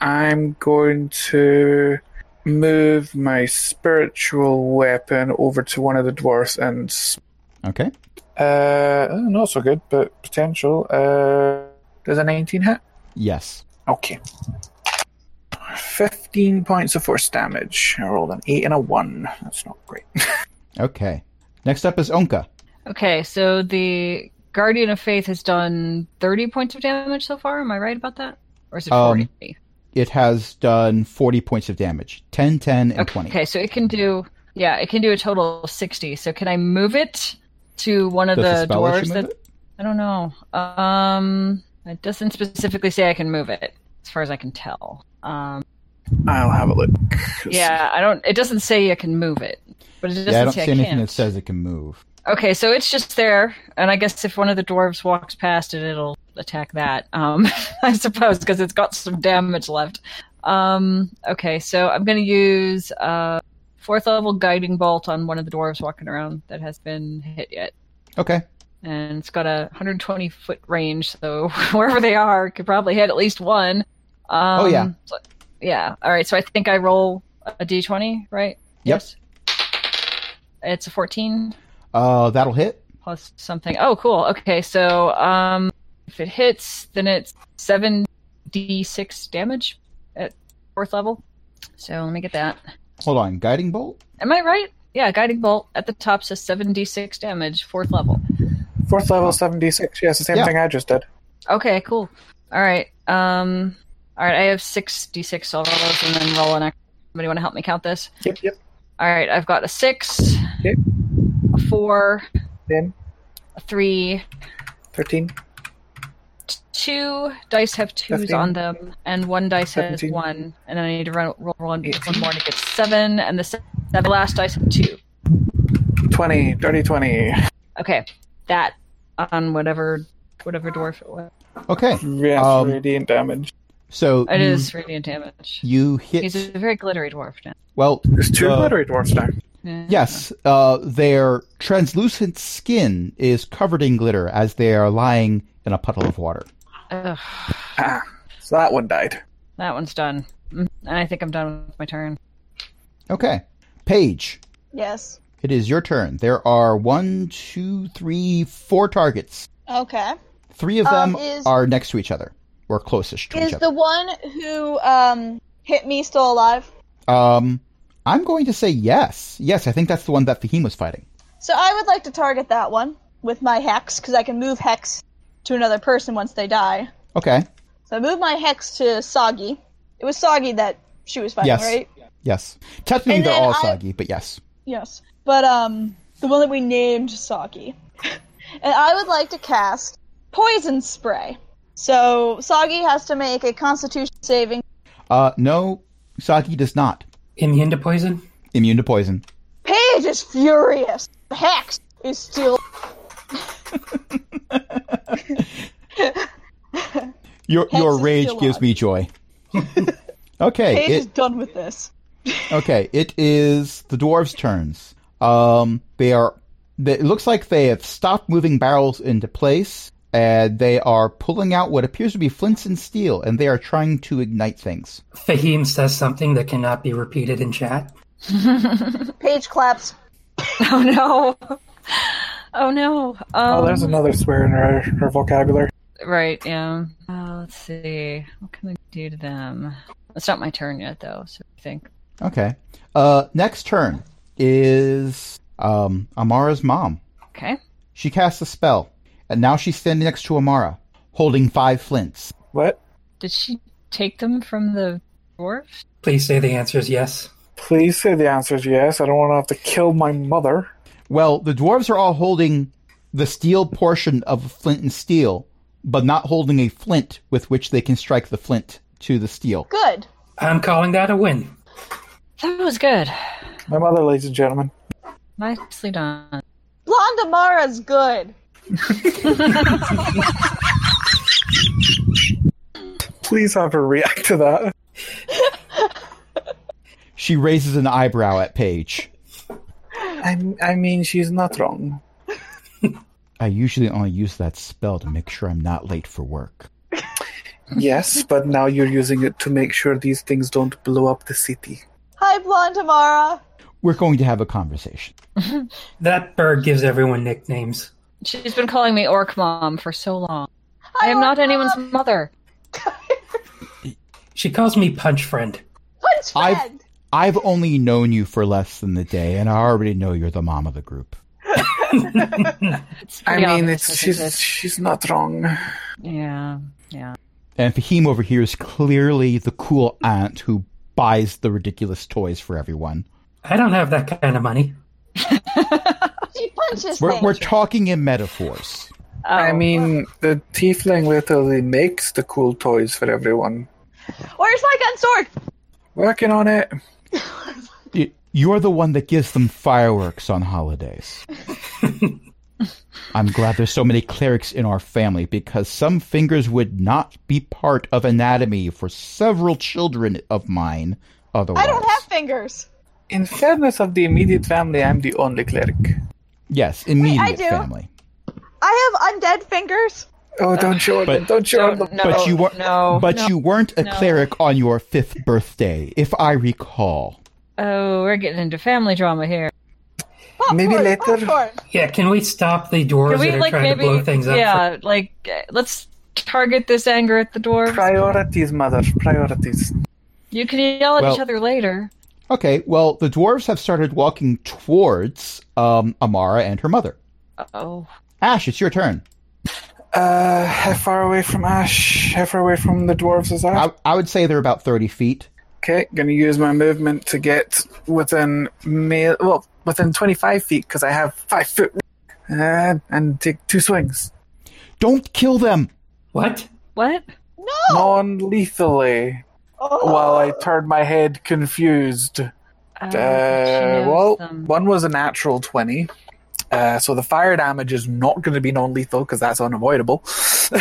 I'm going to move my spiritual weapon over to one of the dwarfs and s- Okay. uh, oh, not so good, but potential. Uh, does a 19 hit? Yes. Okay. 15 points of force damage. I rolled an 8 and a 1. That's not great. Okay. Next up is Onka. Okay, so the Guardian of Faith has done 30 points of damage so far. Am I right about that? Or is it Um, 40? It has done 40 points of damage 10, 10, and okay, 20. so it can do, yeah, it can do a total of 60. So can I move it to one of Does the the, spell let you dwarves move that. it? I don't know. Um, it doesn't specifically say I can move it, as far as I can tell. Um, I'll have a look. yeah, I don't. It doesn't say I can move it, but it doesn't Yeah, I don't see say I anything can't. that says it can move. Okay, so it's just there, and I guess if one of the dwarves walks past it, it'll attack that. Um, [laughs] I suppose because it's got some damage left. Um, okay, so I'm going to use uh, fourth level guiding bolt on one of the dwarves walking around that has been hit yet, Okay. and it's got a 120 foot range, so [laughs] wherever they are, could probably hit at least one. Um, Oh, yeah. so- yeah. All right, so I think I roll a d20, right? Yep. Yes. It's a 14 Uh, that'll hit. plus something. Oh, cool. Okay, so um, if it hits, then it's seven d six damage at fourth level. So let me get that. Hold on. Guiding bolt? Am I right? Yeah, guiding bolt at the top says seven d six damage, fourth level. Fourth level, 76. Yes, the same Yeah. thing I just did. Okay, cool. All right. Um, all right. I have six d six, so I'll roll those and then roll an. Act- Somebody want to help me count this? Yep, yep. All right, I've got a six, Okay. a four, 10, a three, 13, two dice have twos Fifteen. on them, and one dice Seventeen. has one, and then I need to run, roll one, Eighteen. one more to get seven, and the, se- the last dice have two. 20, dirty 20. Okay, that on whatever whatever dwarf it was. Okay. Yes, Um, radiant damage. So It Mm-hmm. you, is radiant damage. you hit. He's a very glittery dwarf now. well, There's two uh, glittery dwarfs now. Yeah. Yes, uh, their translucent skin is covered in glitter as they are lying in a puddle of water. Ugh, Ah, so that one died. that one's done. Mm, And I think I'm done with my turn. [laughs] Okay, Paige, Yes. it is your turn. There are one, two, three, four targets. Okay. Three of them Um, is- are next to each other or closest to Is each the one who um hit me still alive? other. Um, I'm going to say yes. Yes, I think that's the one that Fahim was fighting. So I would like to target that one with my hex because I can move hex to another person once they die. Okay. So I move my hex to Soggy. It was Soggy that she was fighting, Yes. right? Yes. Technically, And they're then all I- soggy, but yes. Yes. But um the one that we named Soggy. and I would like to cast Poison Spray. So Soggy has to make a constitution saving Uh, no, soggy does not. Immune to poison? Immune to poison. Paige is furious. The hex is still Your your is rage still gives on. me joy. [laughs] okay, Paige is it, done with this. okay, it is the dwarves' turns. Um, they are. They, it looks like they have stopped moving barrels into place, and they are pulling out what appears to be flints and steel, and they are trying to ignite things. Fahim says something that cannot be repeated in chat. Paige claps. Oh no. Oh no. Um, Oh, there's another swear in her, her vocabulary. Right, yeah. Uh, let's see. What can I do to them? It's not my turn yet, though, so I think. Okay. Uh, next turn is um Amara's mom. Okay. She casts a spell, And now she's standing next to Amara, holding five flints. What? Did she take them from the dwarf? Please say the answer is yes. Please say the answer is yes. I don't want to have to kill my mother. Well, the dwarves are all holding the steel portion of a flint and steel, but not holding a flint with which they can strike the flint to the steel. Good. I'm calling that a win. That was good. My mother, ladies and gentlemen. Nicely done. Blonde Amara's good. Please have her react to that. She raises an eyebrow at Paige. I, I mean, she's not wrong. I usually only use that spell to make sure I'm not late for work. Yes, but now you're using it to make sure these things don't blow up the city. Hi, Blonde Amara. We're going to have a conversation. That bird gives everyone nicknames. She's been calling me Orc Mom for so long. I am Orc not anyone's Mom. mother. She calls me Punch Friend. Punch I've- friend. I've only known you for less than a day, and I already know you're the mom of the group. It's I pretty mean, obvious it's that it she's is. she's not wrong. Yeah, yeah. And Fahim over here is clearly the cool aunt who buys the ridiculous toys for everyone. I don't have that kind of money. She punches We're, things. we're talking in metaphors. I Oh. mean, the tiefling literally makes the cool toys for everyone. Where's my gun sword? Working on it. Y- You're the one that gives them fireworks on holidays. I'm glad there's so many clerics in our family because some fingers would not be part of anatomy for several children of mine otherwise. I don't have fingers. In fairness of the immediate family, I'm the only cleric. Yes, immediate do. family. I have undead fingers. Oh, don't show it. But- don't show it. No, no, but you weren't no, but no. you weren't a no. cleric on your 5th birthday, if I recall. Oh, we're getting into family drama here. Popcorn, Maybe later. Popcorn. Yeah, can we stop the dwarves Can we that are like trying maybe? to blow things up? yeah, like uh, let's target this anger at the dwarves. Priorities, mother. Priorities. You can yell at Well- each other later. Okay, well, the dwarves have started walking towards um, Amara and her mother. Oh, Ash, it's your turn. Uh, how far away from Ash? How far away from the dwarves is Ash? I, I would say they're about 30 feet. Okay, gonna use my movement to get within me- well within twenty five feet because I have five foot and, and take two swings Don't kill them! What? what? No. non lethally Oh. while I turn my head confused. Oh, um, she Uh, knows well, them. one was a natural 20. Uh, so the fire damage is not going to be non lethal because that's unavoidable. [laughs]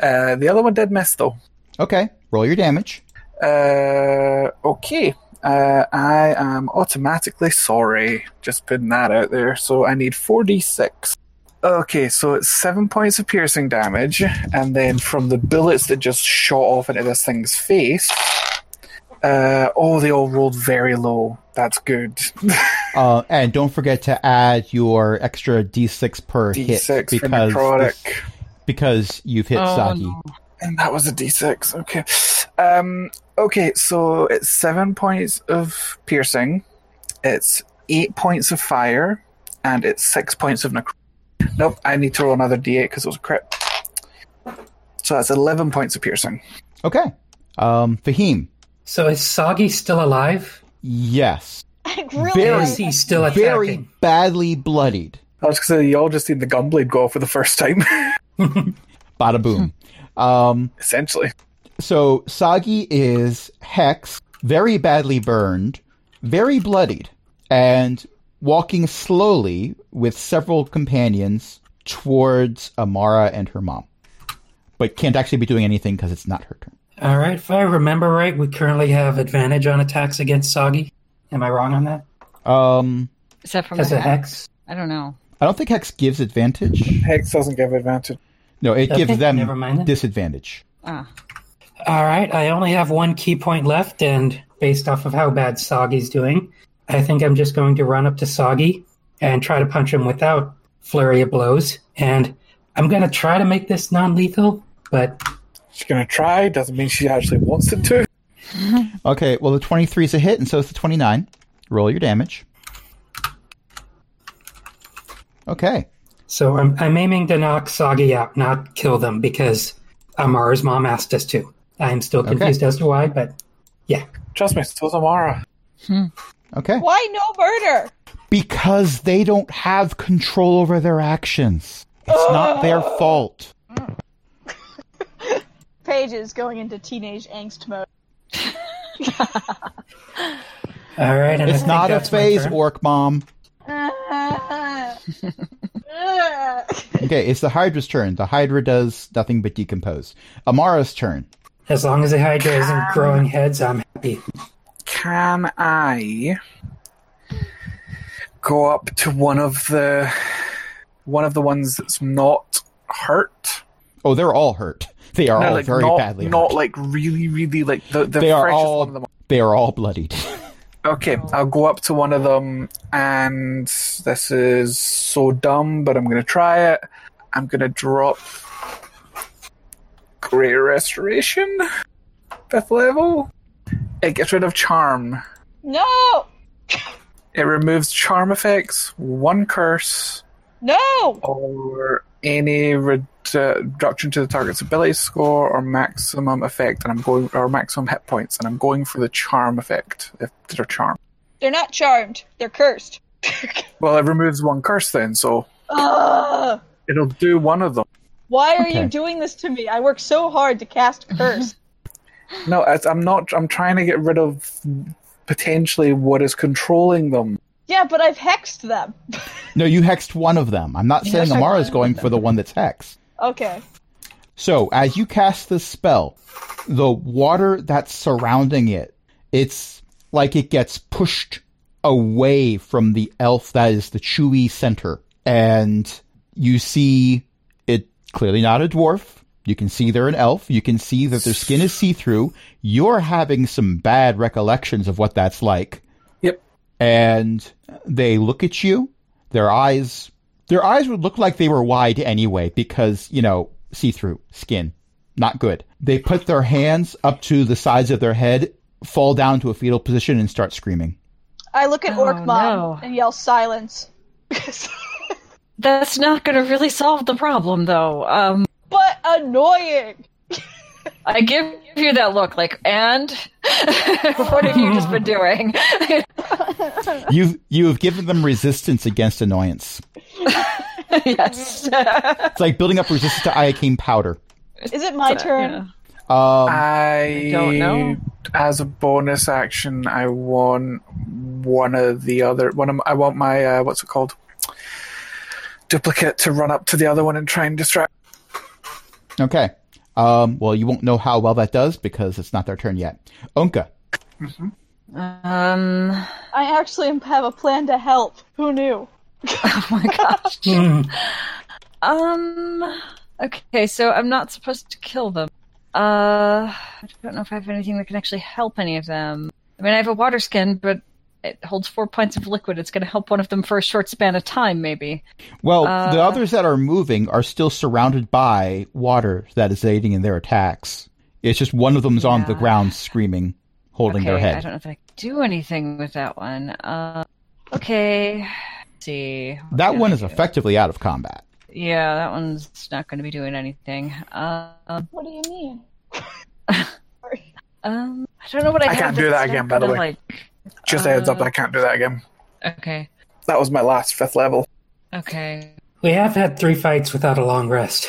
uh, the other one did miss, though. Okay, roll your damage. Uh, okay. Uh, I am automatically sorry. Just putting that out there. So I need 4d6. Okay, so it's seven points of piercing damage, and then from the bullets that just shot off into this thing's face. Uh, oh, they all rolled very low. That's good. Uh, and don't forget to add your extra d6 per hit D6 for because, necrotic. this- because you've hit Oh, Saki. no. And that was a d6. Okay. Um, okay, so it's seven points of piercing, it's eight points of fire, and it's six points of necro. Nope, I need to roll another d8 because it was a crit. So that's 11 points of piercing. Okay. Um, Fahim, So is Soggy still alive? yes. [laughs] Like, really Or Very- is he still attacking? Very badly bloodied. I was going to say, y'all just seen the gunblade go off for the first time, [laughs] Bada boom. um, essentially. So Sagi is hexed, very badly burned, very bloodied, and walking slowly with several companions towards Amara and her mom. But can't actually be doing anything because it's not her turn. All right, if I remember right, we currently have advantage on attacks against Soggy. Am I wrong on that? Um, Is that from As the a hex? hex? I don't know. I don't think hex gives advantage. Hex doesn't give advantage. No, it Okay, gives never mind them then. disadvantage. Ah, All right, I only have one key point left, and based off of how bad Soggy's doing, I think I'm just going to run up to Soggy and try to punch him without flurry of blows. And I'm going to try to make this non lethal, but She's going to try, doesn't mean she actually wants it to. Okay, well the twenty three is a hit, and so is the twenty nine. Roll your damage. Okay, So I'm, I'm aiming to knock Sagi out, not kill them, because Amara's mom asked us to. I'm still Okay. confused as to why, but Trust me, so is Amara. Okay. Why no murder? Because they don't have control over their actions. It's Oh. not their fault. Paige is going into teenage angst mode. [laughs] all right. And I It's think not a that's my phase, turn. Orc Mom. Okay, it's the Hydra's turn. The Hydra does nothing but decompose. Amara's turn. As long as the Hydra isn't growing heads, I'm happy. Can I go up to one of the one of the ones that's not hurt? Oh, they're all hurt. [laughs] They are all like, Oh, very not, badly hurt. Not like really, really like the, the They are freshest all- one of them. They are all bloodied. [laughs] Okay, I'll go up to one of them, and this is so dumb, but I'm gonna try it. I'm gonna drop Great Restoration, fifth level. It gets rid of Charm. no! It removes Charm effects, one curse, No! or any redu- reduction to the target's ability score or maximum effect, and I'm going or maximum hit points, and I'm going for the Charm effect, if they're Charm. They're not charmed. They're cursed. [laughs] Well, it removes one curse then, so Ugh. It'll do one of them. Why are Okay. you doing this to me? I worked so hard to cast curse. No, it's- I'm not. I'm trying to get rid of potentially what is controlling them. yeah, but I've hexed them. no, you hexed one of them. I'm not saying hexed Amara's one going for the one that's hexed. Okay. So, as you cast this spell, the water that's surrounding it, it's like it gets pushed away from the elf that is the chewy center. And you see it clearly not a dwarf. You can see they're an elf. You can see that their skin is see through. You're having some bad recollections of what that's like. Yep. And they look at you. Their eyes their eyes would look like they were wide anyway because, you know, see through skin. Not good. They put their hands up to the sides of their head, fall down to a fetal position, and start screaming. I look at Oh, Orc Mom no. and yell silence. [laughs] That's not going to really solve the problem, though. Um, but annoying! I give you that look, like, and [laughs] what have you just been doing? [laughs] You've you've given them resistance against annoyance. yes. It's like building up resistance to iocane powder. Is it my turn? Yeah. Um, I don't know. As a bonus action, I want one of the other one. Of, my- I want my uh, what's it called duplicate to run up to the other one and try and distract. okay. Um, well, you won't know how well that does because it's not their turn yet. Unka, Um. I actually have a plan to help. Who knew? Oh [laughs] my gosh. Hmm. Um. Okay, so I'm not supposed to kill them. Uh, I don't know if I have anything that can actually help any of them. I mean, I have a water skin, but it holds four pints of liquid. It's going to help one of them for a short span of time, maybe. Well, the Uh, others that are moving are still surrounded by water that is aiding in their attacks. It's just one of them's on the Yeah. ground screaming, holding okay, their I head. don't know if I can do anything with that one. Uh, okay. Let's see. What That can one I is do? effectively out of combat. Yeah, that one's not going to be doing anything. Uh, What do you mean? um, I don't know what I. I have can't do that's that again, not by the gonna, way. like- Just a heads up, Uh, I can't do that again. okay. That was my last fifth level. Okay. We have had three fights without a long rest.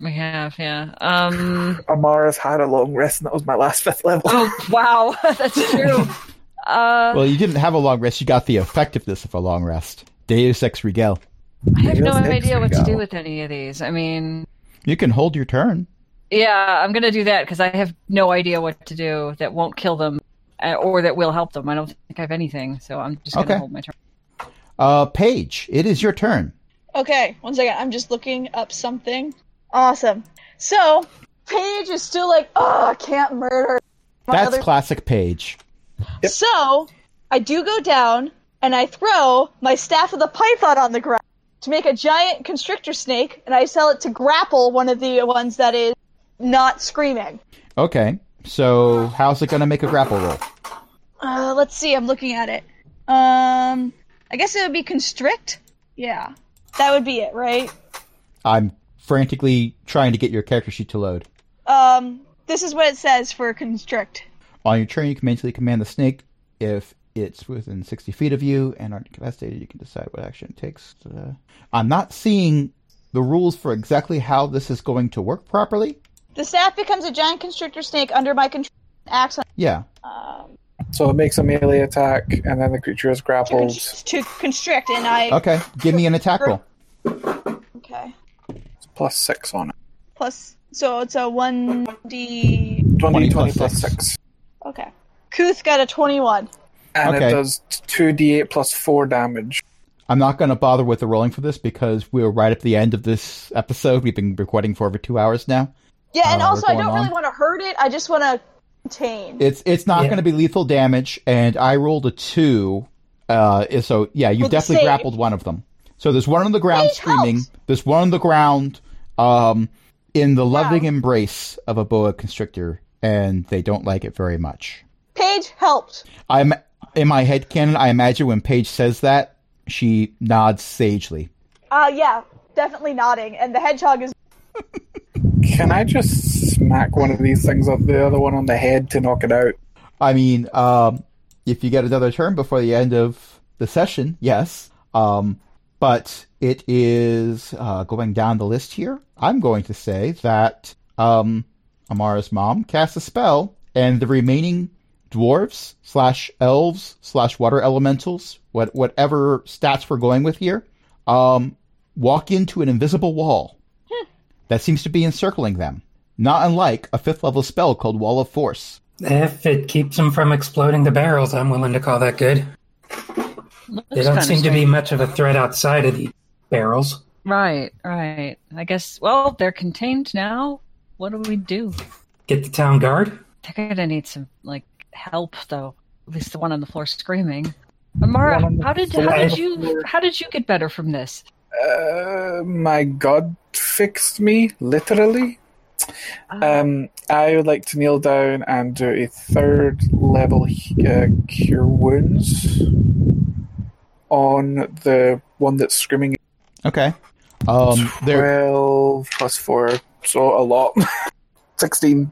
We have, yeah. Um. Amara's had a long rest, and that was my last [laughs] fifth level. Oh wow, [laughs] that's true. Uh, Well, you didn't have a long rest. You got the effectiveness of a long rest. Deus ex regel. I have no Yes, there idea we what to go. do with any of these. I mean, You can hold your turn. yeah, I'm gonna do that because I have no idea what to do that won't kill them uh, or that will help them. I don't think I have anything, so I'm just gonna Okay. hold my turn. Uh, Paige, it is your turn. [laughs] Okay, one second. I'm just looking up something. Awesome. So, Paige is still like, oh, I can't murder. my That's other-" classic Paige. So, I do go down and I throw my staff of the python on the ground to make a giant constrictor snake, and I sell it to grapple one of the ones that is not screaming. Okay, so how's it going to make a grapple roll? Uh, let's see. I'm looking at it. Um, I guess it would be constrict. Yeah, that would be it, right? I'm frantically trying to get your character sheet to load. Um, this is what it says for constrict. On your turn, you can mentally command the snake if it's within 60 feet of you and aren't incapacitated. You can decide what action it takes. Uh, I'm not seeing the rules for exactly how this is going to work properly. The staff becomes a giant constrictor snake under my control. and Acts on Yeah. um, So it makes a melee attack, and then the creature is to, con- grappled. to constrict, and I Okay. Give me an attack roll. okay Plus six on it. plus. So it's a one d. 20, 20 20 plus plus, plus six. six. Okay. Kuth got a twenty-one. And Okay. it does 2d8 plus 4 damage. I'm not going to bother with the rolling for this because we're right at the end of this episode. We've been recording for over two hours now. Yeah, and Uh, also I going don't really on. want to hurt it. I just want to contain. It's it's not Yeah. going to be lethal damage, and I rolled a two. Uh, so yeah, you've With the definitely save. grappled one of them. So there's one on the ground Please screaming. help. There's one on the ground, um, in the loving embrace of a boa constrictor, and they don't like it very much. Paige helped. I'm in my head canon. I imagine when Paige says that, she nods sagely. Uh, yeah, definitely nodding. And the hedgehog is. Can I just smack one of these things up the other one on the head to knock it out? I mean, um, if you get another turn before the end of the session, yes. Um, but it is uh, going down the list here. I'm going to say that um, Amara's mom casts a spell, and the remaining dwarves slash elves slash water elementals, what whatever stats we're going with here, um, walk into an invisible wall that seems to be encircling them. Not unlike a fifth level spell called Wall of Force. If it keeps them from exploding the barrels, I'm willing to call that good. They don't kinda seem to be strange. much of a threat outside of the barrels. Right, right. I guess, well, they're contained now. What do we do? Get the town guard. They're gonna need some, like, help, though. At least the one on the floor screaming. Amara, how did how did you how did you get better from this? Uh, my god fixed me, literally. Um, I would like to kneel down and do a third level he- uh, cure wounds on the one that's screaming. Okay. Um, there. 12 plus 4, so a lot. [laughs] 16.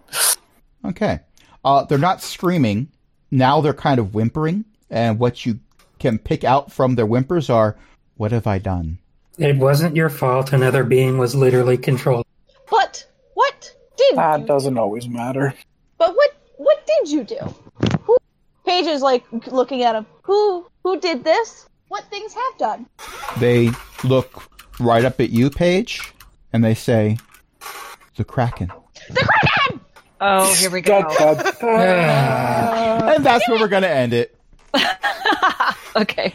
Okay. Uh, they're not screaming now. They're kind of whimpering, and what you can pick out from their whimpers are, "What have I done?" It wasn't your fault. Another being was literally controlled. [sighs] But what did That you? doesn't always matter. But what what did you do? Who? Paige is like looking at him. Who who did this? What things have done? They look right up at you, Paige, and they say, "The Kraken." Oh, here we go. And that's where we're gonna end it. Okay.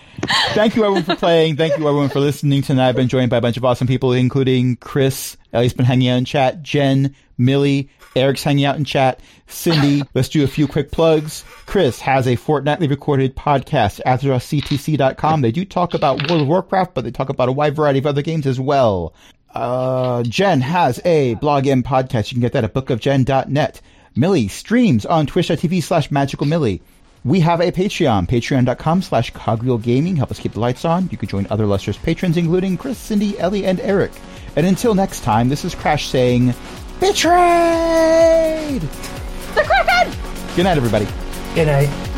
Thank you everyone for playing. Thank you everyone for listening tonight. I've been joined by a bunch of awesome people, including Chris. Ellie's been hanging out in chat. Jen, Millie, Eric's hanging out in chat. Cindy, let's do a few quick plugs. Chris has a fortnightly recorded podcast at CTC.com. They do talk about World of Warcraft, but they talk about a wide variety of other games as well. Uh, Jen has a blog and podcast. You can get that at bookofjen.net. Millie streams on twitch.tv slash magical Millie. We have a Patreon, patreon.com slash cogwheelgaming. Help us keep the lights on. You can join other lustrous patrons, including Chris, Cindy, Ellie, and Eric. And until next time, this is Crash saying, Betrayed! The Kraken! Good night, everybody. Good night.